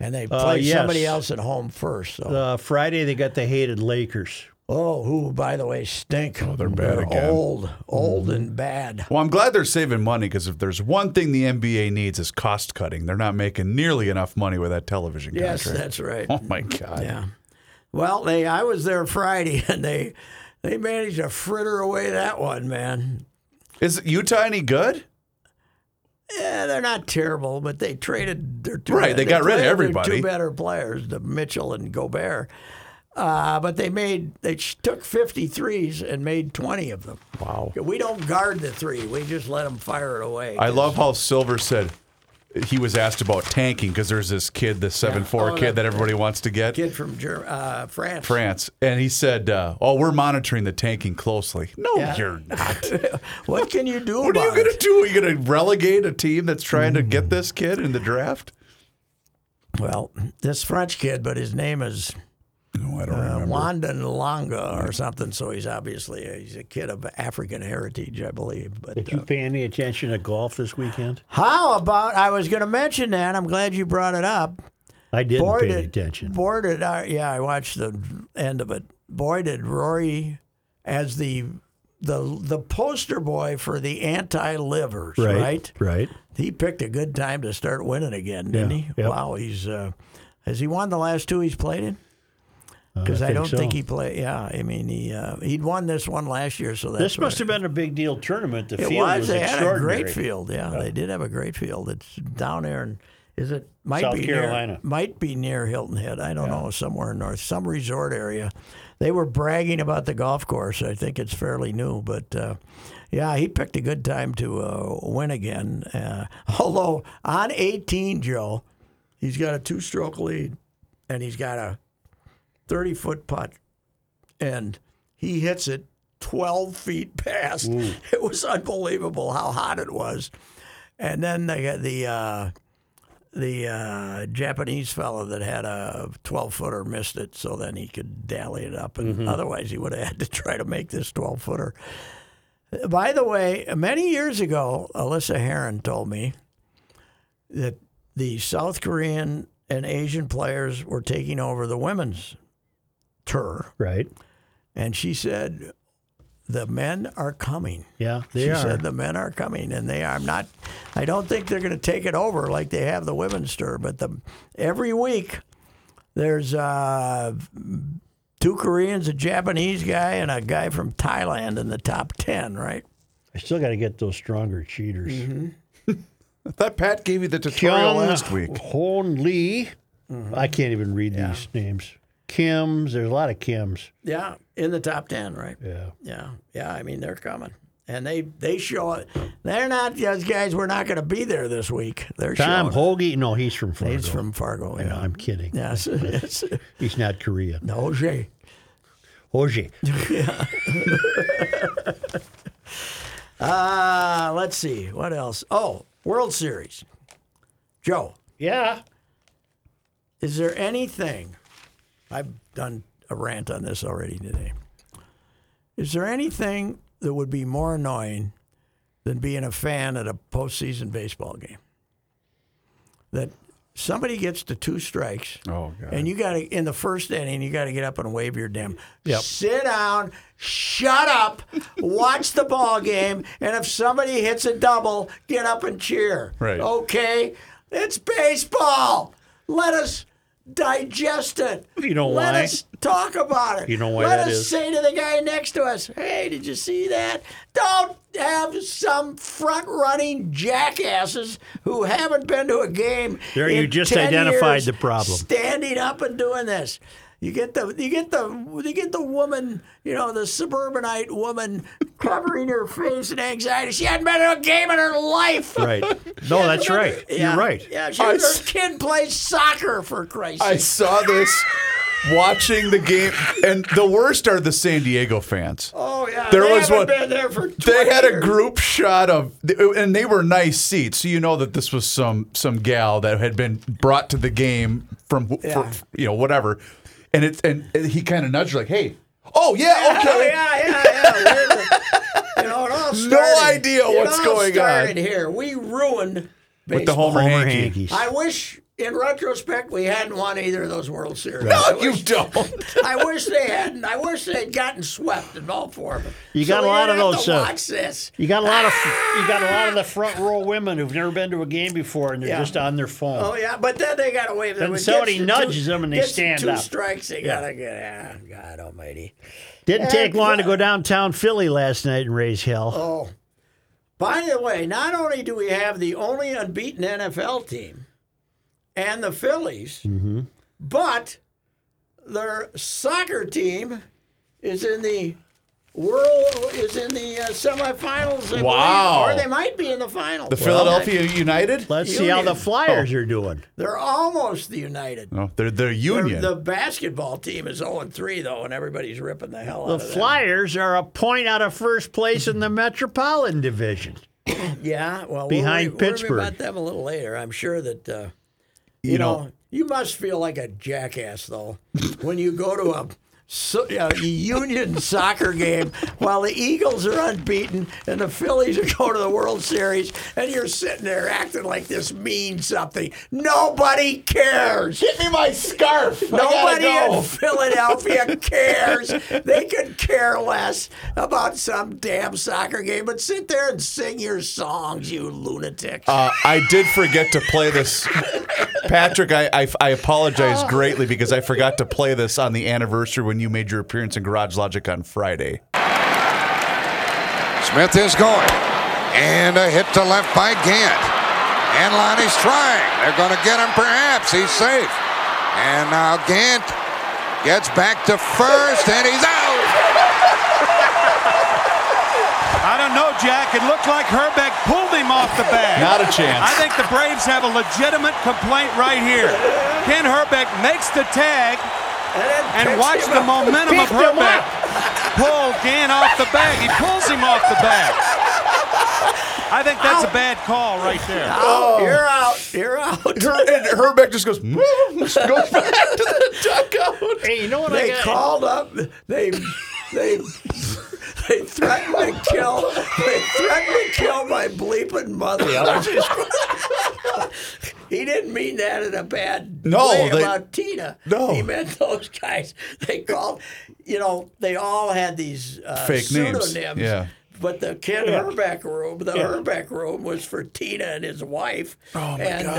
Speaker 3: and they play
Speaker 4: yes.
Speaker 3: somebody else at home first. So.
Speaker 4: Uh, Friday, they got the hated Lakers.
Speaker 3: oh, who by the way stink? Oh, they're
Speaker 2: bad again.
Speaker 3: Old, old and bad.
Speaker 2: Well, I'm glad they're saving money because if there's one thing the NBA needs is cost cutting. They're not making nearly enough money with that television
Speaker 3: Yes,
Speaker 2: contract.
Speaker 3: that's right.
Speaker 2: oh my god.
Speaker 3: Yeah. Well, they I was there Friday, and they they managed to fritter away that one, man.
Speaker 2: Is Utah any good?
Speaker 3: Yeah, Eh, they're not terrible, but they traded their two
Speaker 2: Right, they got rid of
Speaker 3: traded their
Speaker 2: everybody.
Speaker 3: Two better players, the Mitchell and Gobert. Uh, but they made they sh- took 53s and made 20 of them.
Speaker 2: Wow.
Speaker 3: We don't guard the three. We just let them fire it away.
Speaker 2: I love how Silver said he was asked about tanking because there's this kid, the seven four kid that everybody wants to get
Speaker 3: kid from Ger- uh, France.
Speaker 2: France, and he said, uh, "Oh, we're monitoring the tanking closely." No, you're not.
Speaker 3: What can you do
Speaker 2: What are
Speaker 3: about
Speaker 2: you going to
Speaker 3: it?
Speaker 2: do? Are you going to relegate a team that's trying to get this kid in the draft?
Speaker 3: Well, this French kid, but his name is
Speaker 2: No, I don't
Speaker 3: uh,
Speaker 2: remember.
Speaker 3: Wanda Longa or something. So he's obviously a, he's a kid of African heritage, I believe. But
Speaker 4: Did you pay any attention to golf this weekend?
Speaker 3: how about I was going to mention that. I'm glad you brought it up.
Speaker 4: I didn't
Speaker 3: Boy,
Speaker 4: pay
Speaker 3: did-
Speaker 4: any attention.
Speaker 3: Boy, did I, yeah, I watched the end of it. Boy, did Rory, as the the the poster boy for the anti livers, right.
Speaker 4: Right.
Speaker 3: He picked a good time to start winning again, didn't
Speaker 4: Yeah,
Speaker 3: he?
Speaker 4: yep.
Speaker 3: Wow, he's uh, has he won the last two he's played in? Because I,
Speaker 4: Uh, think
Speaker 3: don't think
Speaker 4: so.
Speaker 3: he played. Yeah, I mean he uh, he'd won this one last year, so that's
Speaker 4: This must
Speaker 3: right.
Speaker 4: have been a big deal tournament. The
Speaker 3: It
Speaker 4: field
Speaker 3: was.
Speaker 4: was
Speaker 3: They had a
Speaker 4: extraordinary.
Speaker 3: great field. Yeah, they did have a great field. It's down there, and is it might
Speaker 4: South
Speaker 3: be
Speaker 4: Carolina.
Speaker 3: Near, might be near Hilton Head. I don't know, somewhere in north, some resort area. They were bragging about the golf course. I think it's fairly new, but uh, yeah, he picked a good time to uh, win again. Uh, although on 18, Joe, he's got a two-stroke lead, and he's got a 30-foot putt, and he hits it 12 feet past. It was unbelievable how hot it was. And then the the uh, the uh, Japanese fellow that had a 12 footer missed it, so then he could dally it up, and otherwise he would have had to try to make this 12 footer. By the way, many years ago, Alyssa Heron told me that the South Korean and Asian players were taking over the women's tour,
Speaker 4: Right.
Speaker 3: and she said the men are coming
Speaker 4: Yeah, they
Speaker 3: she
Speaker 4: are.
Speaker 3: said the men are coming, and they are not. I don't think they're going to take it over like they have the women's tour. But the every week there's uh, two Koreans, a Japanese guy, and a guy from Thailand in the top ten. Right?
Speaker 4: I still got to get those stronger cheaters.
Speaker 3: Mm-hmm.
Speaker 2: I thought Pat gave you the tutorial last week.
Speaker 4: Hon Lee.
Speaker 3: Mm-hmm.
Speaker 4: I can't even read these names. Kims. There's a lot of Kims.
Speaker 3: Yeah, in the top ten. Right?
Speaker 4: Yeah.
Speaker 3: Yeah, yeah. I mean, they're coming, and they they show it. They're not those guys. We're not going to be there this week. They're
Speaker 4: Tom
Speaker 3: showing.
Speaker 4: Hoagie. No, he's from Florida.
Speaker 3: He's from Fargo.
Speaker 4: No,
Speaker 3: Yeah.
Speaker 4: I'm kidding.
Speaker 3: Yes. yes.
Speaker 4: He's not Korean.
Speaker 3: No, Jay.
Speaker 4: Hoagie.
Speaker 3: Uh, let's see. What else? Oh, World Series. Joe,
Speaker 4: Yeah.
Speaker 3: is there anything? I've done a rant on this already today. Is there anything that would be more annoying than being a fan at a postseason baseball game? That somebody gets to two strikes.
Speaker 2: Oh, God.
Speaker 3: And you got to in the first inning, you got to get up and wave your damn. Sit down, shut up, watch the ball game, and if somebody hits a double, get up and cheer.
Speaker 2: Right.
Speaker 3: Okay, it's baseball. Let us digest it.
Speaker 4: You know
Speaker 3: Let
Speaker 4: why?
Speaker 3: us talk about it.
Speaker 4: You know why
Speaker 3: Let
Speaker 4: that
Speaker 3: us
Speaker 4: is?
Speaker 3: say to the guy next to us, "Hey, did you see that?" Don't have some front-running jackasses who haven't been to a game.
Speaker 4: There you
Speaker 3: in
Speaker 4: just
Speaker 3: 10
Speaker 4: identified
Speaker 3: years
Speaker 4: the problem.
Speaker 3: Standing up and doing this. You get the you get the you get the woman, you know, the suburbanite woman covering her face in anxiety. She hadn't been to a game in her life.
Speaker 4: Right. No, that's right.
Speaker 3: Yeah,
Speaker 4: You're right.
Speaker 3: Yeah, she,
Speaker 2: I
Speaker 3: her
Speaker 2: s-
Speaker 3: kid plays soccer for Christ's
Speaker 2: I
Speaker 3: sake.
Speaker 2: saw this watching the game, and the worst are the San Diego fans.
Speaker 3: Oh yeah,
Speaker 2: There
Speaker 3: they
Speaker 2: was
Speaker 3: haven't
Speaker 2: one-
Speaker 3: Been there for
Speaker 2: They
Speaker 3: 20
Speaker 2: had a
Speaker 3: years.
Speaker 2: group shot of, and they were nice seats, so you know that this was some some gal that had been brought to the game from wh-
Speaker 3: Yeah.
Speaker 2: for, you know whatever, and it's and he kind of nudged like, hey, oh yeah,
Speaker 3: Oh,
Speaker 2: okay,
Speaker 3: yeah, yeah, yeah. We're the- you know, it all started,
Speaker 2: idea
Speaker 3: it
Speaker 2: what's
Speaker 3: all
Speaker 2: going on.
Speaker 3: started here. We ruined
Speaker 2: with the Homer,
Speaker 4: Homer
Speaker 2: Hankey.
Speaker 4: Hankies.
Speaker 3: I wish, in retrospect, we hadn't won either of those World Series. I
Speaker 2: No, you
Speaker 3: wish-
Speaker 2: don't.
Speaker 3: I wish they hadn't. I wish they'd gotten swept in all four of them.
Speaker 4: You got
Speaker 3: So
Speaker 4: a lot
Speaker 3: we didn't
Speaker 4: of
Speaker 3: have to
Speaker 4: those, uh,
Speaker 3: watch this.
Speaker 4: You got a lot of you got a lot of the front row women who've never been to a game before and they're
Speaker 3: Yeah.
Speaker 4: just on their phone.
Speaker 3: Oh yeah, but then they got to wave them.
Speaker 4: Then
Speaker 3: It gets
Speaker 4: somebody
Speaker 3: you
Speaker 4: nudges
Speaker 3: two,
Speaker 4: them and they
Speaker 3: gets you
Speaker 4: stand
Speaker 3: two
Speaker 4: up.
Speaker 3: strikes. They gotta get. ah, God Almighty.
Speaker 4: Didn't take
Speaker 3: Yeah.
Speaker 4: long to go downtown Philly last night and raise hell.
Speaker 3: Oh, by the way, not only do we have the only unbeaten NFL team and the Phillies,
Speaker 4: Mm-hmm.
Speaker 3: but their soccer team is in the world is in the uh, semifinals. I believe,
Speaker 2: Wow.
Speaker 3: or they might be in the final.
Speaker 2: The Philadelphia United.
Speaker 4: Let's see how the
Speaker 3: Union.
Speaker 4: Flyers are doing.
Speaker 3: They're almost the United.
Speaker 2: No, they're the Union.
Speaker 3: The basketball team is 0 3, though, and everybody's ripping the hell
Speaker 4: The
Speaker 3: out of them.
Speaker 4: Flyers are a point out of first place in the Metropolitan Division.
Speaker 3: Yeah, well,
Speaker 4: Behind
Speaker 3: we'll worry, worry
Speaker 4: Pittsburgh.
Speaker 3: about them a little later. I'm sure that uh,
Speaker 2: you know,
Speaker 3: You must feel like a jackass though when you go to a so, yeah, a union soccer game while the Eagles are unbeaten and the Phillies are going to the World Series, and you're sitting there acting like this means something. Nobody cares.
Speaker 5: Give me my scarf. I gotta
Speaker 3: Nobody
Speaker 5: go.
Speaker 3: in Philadelphia cares. They could care less about some damn soccer game, but sit there and sing your songs, you lunatics.
Speaker 2: Uh, I did forget to play this. Patrick, I, I, I apologize greatly because I forgot to play this on the anniversary when you made your appearance in Garage Logic on Friday.
Speaker 6: Smith is going. And a hit to left by Gant. And Lonnie's trying. They're going to get him perhaps. He's safe. And now Gant gets back to first and he's out.
Speaker 7: I don't know, Jack. It looked like Herbeck pulled him off the bag.
Speaker 2: Not a chance.
Speaker 7: I think the Braves have a legitimate complaint right here. Ken Herbeck makes the tag and watch the momentum of Herbeck pull Gann off the bag. He pulls him off the bag. I think that's a bad call right there.
Speaker 3: oh, you're out. You're out.
Speaker 2: Her, and Herbeck just goes, "Mm, goes back to the dugout.
Speaker 4: Hey, you know what
Speaker 3: They
Speaker 4: I got?
Speaker 3: called up. They they they threatened to kill. They threatened to kill my bleeping mother. he didn't mean that in a bad
Speaker 2: No,
Speaker 3: way
Speaker 2: they-
Speaker 3: about Tina.
Speaker 2: No.
Speaker 3: he meant those guys. They called. You know, they all had these uh,
Speaker 2: Fake names.
Speaker 3: pseudonyms.
Speaker 2: Yeah.
Speaker 3: But the Ken Herbeck room, the Herbeck room was for Tina and his wife. Oh my and, God.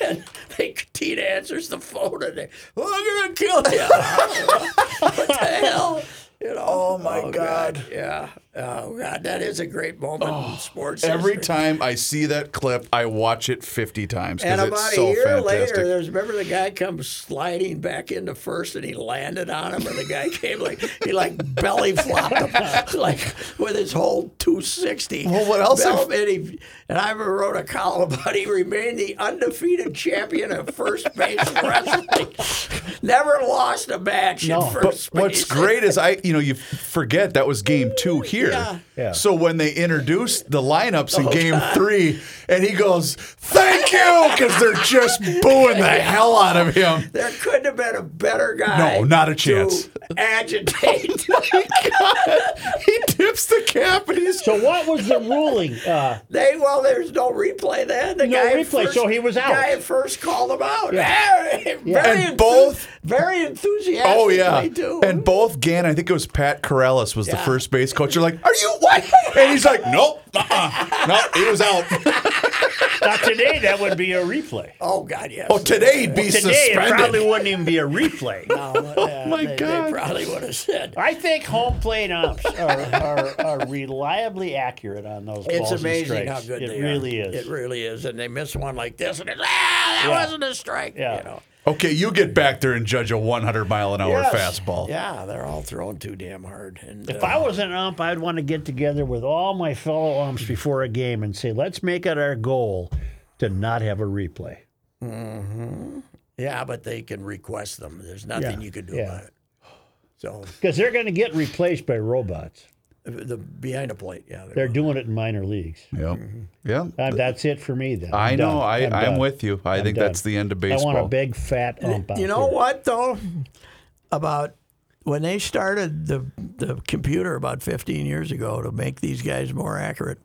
Speaker 3: Uh, and they, Tina answers the phone and they, "Well, I'm gonna kill you. what the hell? You know? Oh my God. Oh, Yeah. Oh God, that is a great moment in sports.
Speaker 2: Every
Speaker 3: history.
Speaker 2: time I see that clip, I watch it 50 times
Speaker 3: And
Speaker 2: because
Speaker 3: about
Speaker 2: it's so
Speaker 3: a year
Speaker 2: fantastic.
Speaker 3: later, there's remember the guy comes sliding back into first, and he landed on him, and the guy came like he like belly flopped him, like with his whole 260.
Speaker 2: Well, what else
Speaker 3: Bell- and, he, and I wrote a column about he remained the undefeated champion of first base wrestling, never lost a match
Speaker 4: No.
Speaker 3: in
Speaker 4: But
Speaker 2: But
Speaker 3: first
Speaker 2: what's
Speaker 3: base.
Speaker 2: great is I, you know, you forget that was game two here.
Speaker 4: Yeah.
Speaker 2: So when they introduced the lineups
Speaker 3: Oh,
Speaker 2: in game three, and he goes, "Thank you," because they're just booing the hell out of him.
Speaker 3: There couldn't have been a better guy.
Speaker 2: No, not a chance.
Speaker 3: To agitate.
Speaker 2: He tips the cap, and he's
Speaker 4: So what was the ruling? Uh,
Speaker 3: They well, there's no replay then. The
Speaker 4: No
Speaker 3: guy at
Speaker 4: replay,
Speaker 3: first,
Speaker 4: so he was out.
Speaker 3: Guy at first called him out. Very,
Speaker 2: And both-
Speaker 3: very enthusiastic.
Speaker 2: Oh yeah,
Speaker 3: too.
Speaker 2: and both Gann, I think it was Pat Corrales was the
Speaker 3: Yeah.
Speaker 2: first base coach. You're like, "Are you what?" And he's like, "Nope, uh-uh. nope." He was out.
Speaker 4: not today. That would be a replay.
Speaker 3: oh god, yes.
Speaker 2: Oh, today he'd be
Speaker 4: Today, it
Speaker 2: suspended.
Speaker 4: probably wouldn't even be a replay.
Speaker 3: oh
Speaker 2: my
Speaker 3: they,
Speaker 2: God.
Speaker 3: They probably would have said.
Speaker 4: I think home plate umps are, are, are reliably accurate on those
Speaker 3: It's
Speaker 4: balls
Speaker 3: amazing
Speaker 4: and
Speaker 3: how
Speaker 4: strikes.
Speaker 3: good
Speaker 4: it
Speaker 3: they
Speaker 4: really
Speaker 3: are.
Speaker 4: is.
Speaker 3: It really is. And they miss one like this, and it's ah, that
Speaker 4: Yeah.
Speaker 3: wasn't a strike.
Speaker 4: Yeah.
Speaker 3: You know.
Speaker 2: Okay, you get back there and judge a 100 mile an hour
Speaker 3: Yes.
Speaker 2: fastball.
Speaker 3: Yeah, they're all throwing too damn hard. And uh,
Speaker 4: If I was an ump, I'd want to get together with all my fellow umps before a game and say, let's make it our goal to not have a replay.
Speaker 3: yeah, but they can request them. There's nothing
Speaker 4: Yeah,
Speaker 3: you can do
Speaker 4: yeah.
Speaker 3: about it. So
Speaker 4: Because they're going to get replaced by robots.
Speaker 3: the behind the plate, yeah,
Speaker 4: They're doing it in minor leagues.
Speaker 2: Yep. Yeah.
Speaker 4: Uh, that's it for me then.
Speaker 2: I
Speaker 4: I'm
Speaker 2: know.
Speaker 4: done.
Speaker 2: I, I'm,
Speaker 4: done.
Speaker 2: with you. I think
Speaker 4: done.
Speaker 2: that's the end of
Speaker 4: I
Speaker 2: baseball.
Speaker 4: want a big fat ump. Out
Speaker 3: You know
Speaker 4: there.
Speaker 3: what though? About when they started the the computer about 15 years ago to make these guys more accurate,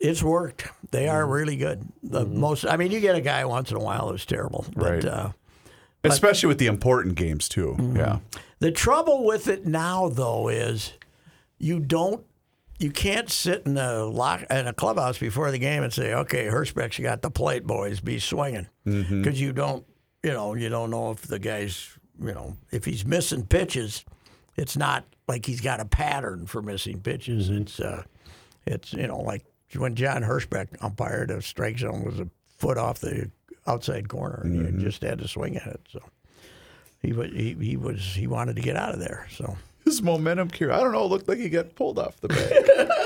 Speaker 3: it's worked. They are
Speaker 4: Mm-hmm.
Speaker 3: really good. The most, I mean, you get a guy once in a while who's terrible, but
Speaker 2: Right.
Speaker 3: uh,
Speaker 2: Especially with the important games, too. Yeah.
Speaker 3: the trouble with it now though is you don't. You can't sit in a lock in a clubhouse before the game and say, "Okay, Hirschbeck's got the plate, boys, be swinging," because you don't, you know, you don't know if the guy's, you know, if he's missing pitches, it's not like he's got a pattern for missing pitches. It's, uh, it's you know, like when John Hirschbeck umpired a strike zone was a foot off the outside corner, and he just had to swing at it. So he was, he, he was, he wanted to get out of there. So.
Speaker 2: His momentum cure. I don't know. It looked like he got pulled off the bag.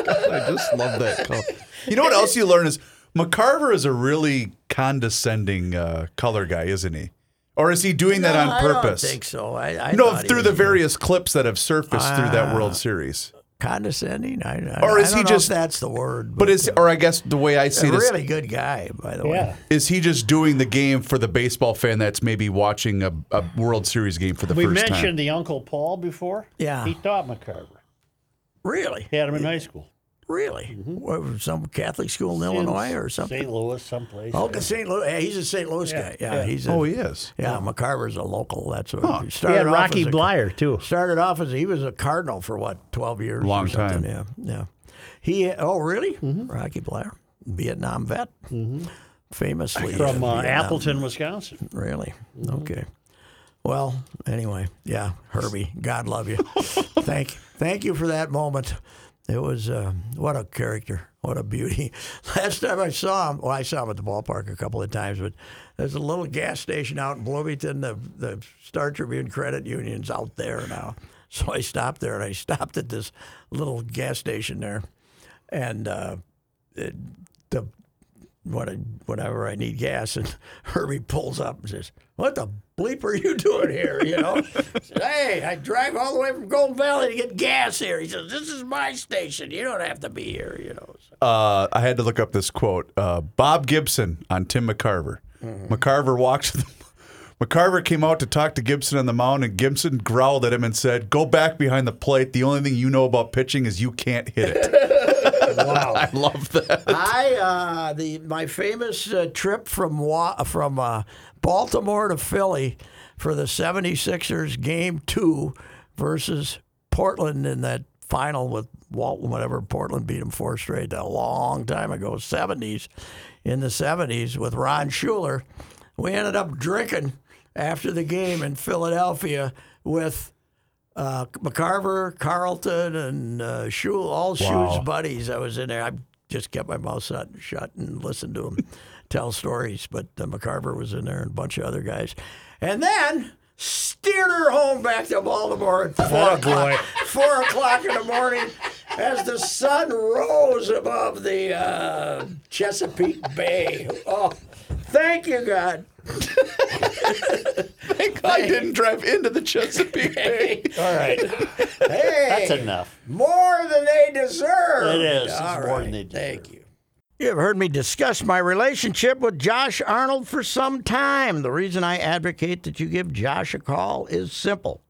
Speaker 2: God, I just love that color. You know what else you learn is McCarver is a really condescending uh, color guy, isn't he? Or is he doing that
Speaker 3: No,
Speaker 2: on purpose?
Speaker 3: I don't think so. I, I
Speaker 2: No,
Speaker 3: thought he
Speaker 2: through
Speaker 3: was Ah. good.
Speaker 2: the various clips that have surfaced through that World Series.
Speaker 3: condescending. I, I,
Speaker 2: Or
Speaker 3: I
Speaker 2: is he
Speaker 3: don't know
Speaker 2: just-
Speaker 3: if that's the word?
Speaker 2: But is,
Speaker 3: uh,
Speaker 2: or I guess the way I see
Speaker 3: a
Speaker 2: this,
Speaker 3: really good guy, by the
Speaker 4: Yeah.
Speaker 3: way.
Speaker 2: is he just doing the game for the baseball fan that's maybe watching a, a World Series game for the
Speaker 4: We
Speaker 2: first
Speaker 4: mentioned
Speaker 2: time?
Speaker 4: the Uncle Paul before.
Speaker 3: Yeah.
Speaker 4: He taught McCarver.
Speaker 3: Really,
Speaker 4: He had him in high school.
Speaker 3: really.
Speaker 4: Mm-hmm.
Speaker 3: What, Some Catholic school in Illinois or something.
Speaker 4: St. Louis, someplace.
Speaker 3: Oh, 'cause St. Louis. Yeah, he's a St. Louis guy. Yeah, he's. A,
Speaker 2: Oh, he is.
Speaker 3: Yeah, McCarver's a local. That's what he
Speaker 4: He
Speaker 3: started.
Speaker 4: had
Speaker 3: off
Speaker 4: Rocky
Speaker 3: as a-
Speaker 4: Blyer, too.
Speaker 3: Started off as he was a cardinal for what twelve years. or
Speaker 2: Long
Speaker 3: something.
Speaker 2: time.
Speaker 3: Yeah, yeah. He oh really?
Speaker 4: Mm-hmm.
Speaker 3: Rocky Blyer, Vietnam vet, famously
Speaker 4: From
Speaker 3: in
Speaker 4: uh,
Speaker 3: Vietnam.
Speaker 4: Appleton, Wisconsin.
Speaker 3: Really? Okay. Well, anyway, yeah, Herbie, God love you. thank, thank you for that moment. It was uh, what a character, what a beauty. Last time I saw him, well, I saw him at the ballpark a couple of times, but there's a little gas station out in Bloomington. The the Star Tribune Credit Union's out there now, so I stopped there and I stopped at this little gas station there, and uh, it, the when I, whenever I need gas, and Herbie pulls up and says, "What the bleep are you doing here?" You know, I said, "Hey, I drive all the way from Golden Valley to get gas here." He says, "This is my station. You don't have to be here." You know, so,
Speaker 2: Uh, I had to look up this quote. Uh, Bob Gibson on Tim McCarver. McCarver walked. McCarver came out to talk to Gibson on the mound, and Gibson growled at him and said, "Go back behind the plate. The only thing you know about pitching is you can't hit it."
Speaker 3: wow.
Speaker 2: I love that.
Speaker 3: I uh, the my famous uh, trip from Wa- from uh, Baltimore to Philly for the 76ers game 2 versus Portland in that final with Walton whatever Portland beat them four straight a long time ago 70s in the 70s with Ron Schuler we ended up drinking after the game in Philadelphia with uh, McCarver, Carlton, and uh, Shoe, all Shoe's buddies. I was in there. I just kept my mouth shut, shut and listened to them tell stories. But uh, McCarver was in there and a bunch of other guys. And then steered her home back to Baltimore at four,
Speaker 2: Oh,
Speaker 3: o'clock, four o'clock in the morning as the sun rose above the uh, Chesapeake Bay. Oh, thank you, God.
Speaker 2: I didn't drive into the Chesapeake Bay.
Speaker 4: All right.
Speaker 3: Hey,
Speaker 4: That's enough.
Speaker 3: More than they deserve.
Speaker 4: It is. It's
Speaker 3: All
Speaker 4: more
Speaker 3: right.
Speaker 4: than they deserve.
Speaker 3: Thank you. You have heard me discuss my relationship with Josh Arnold for some time. The reason I advocate that you give Josh a call is simple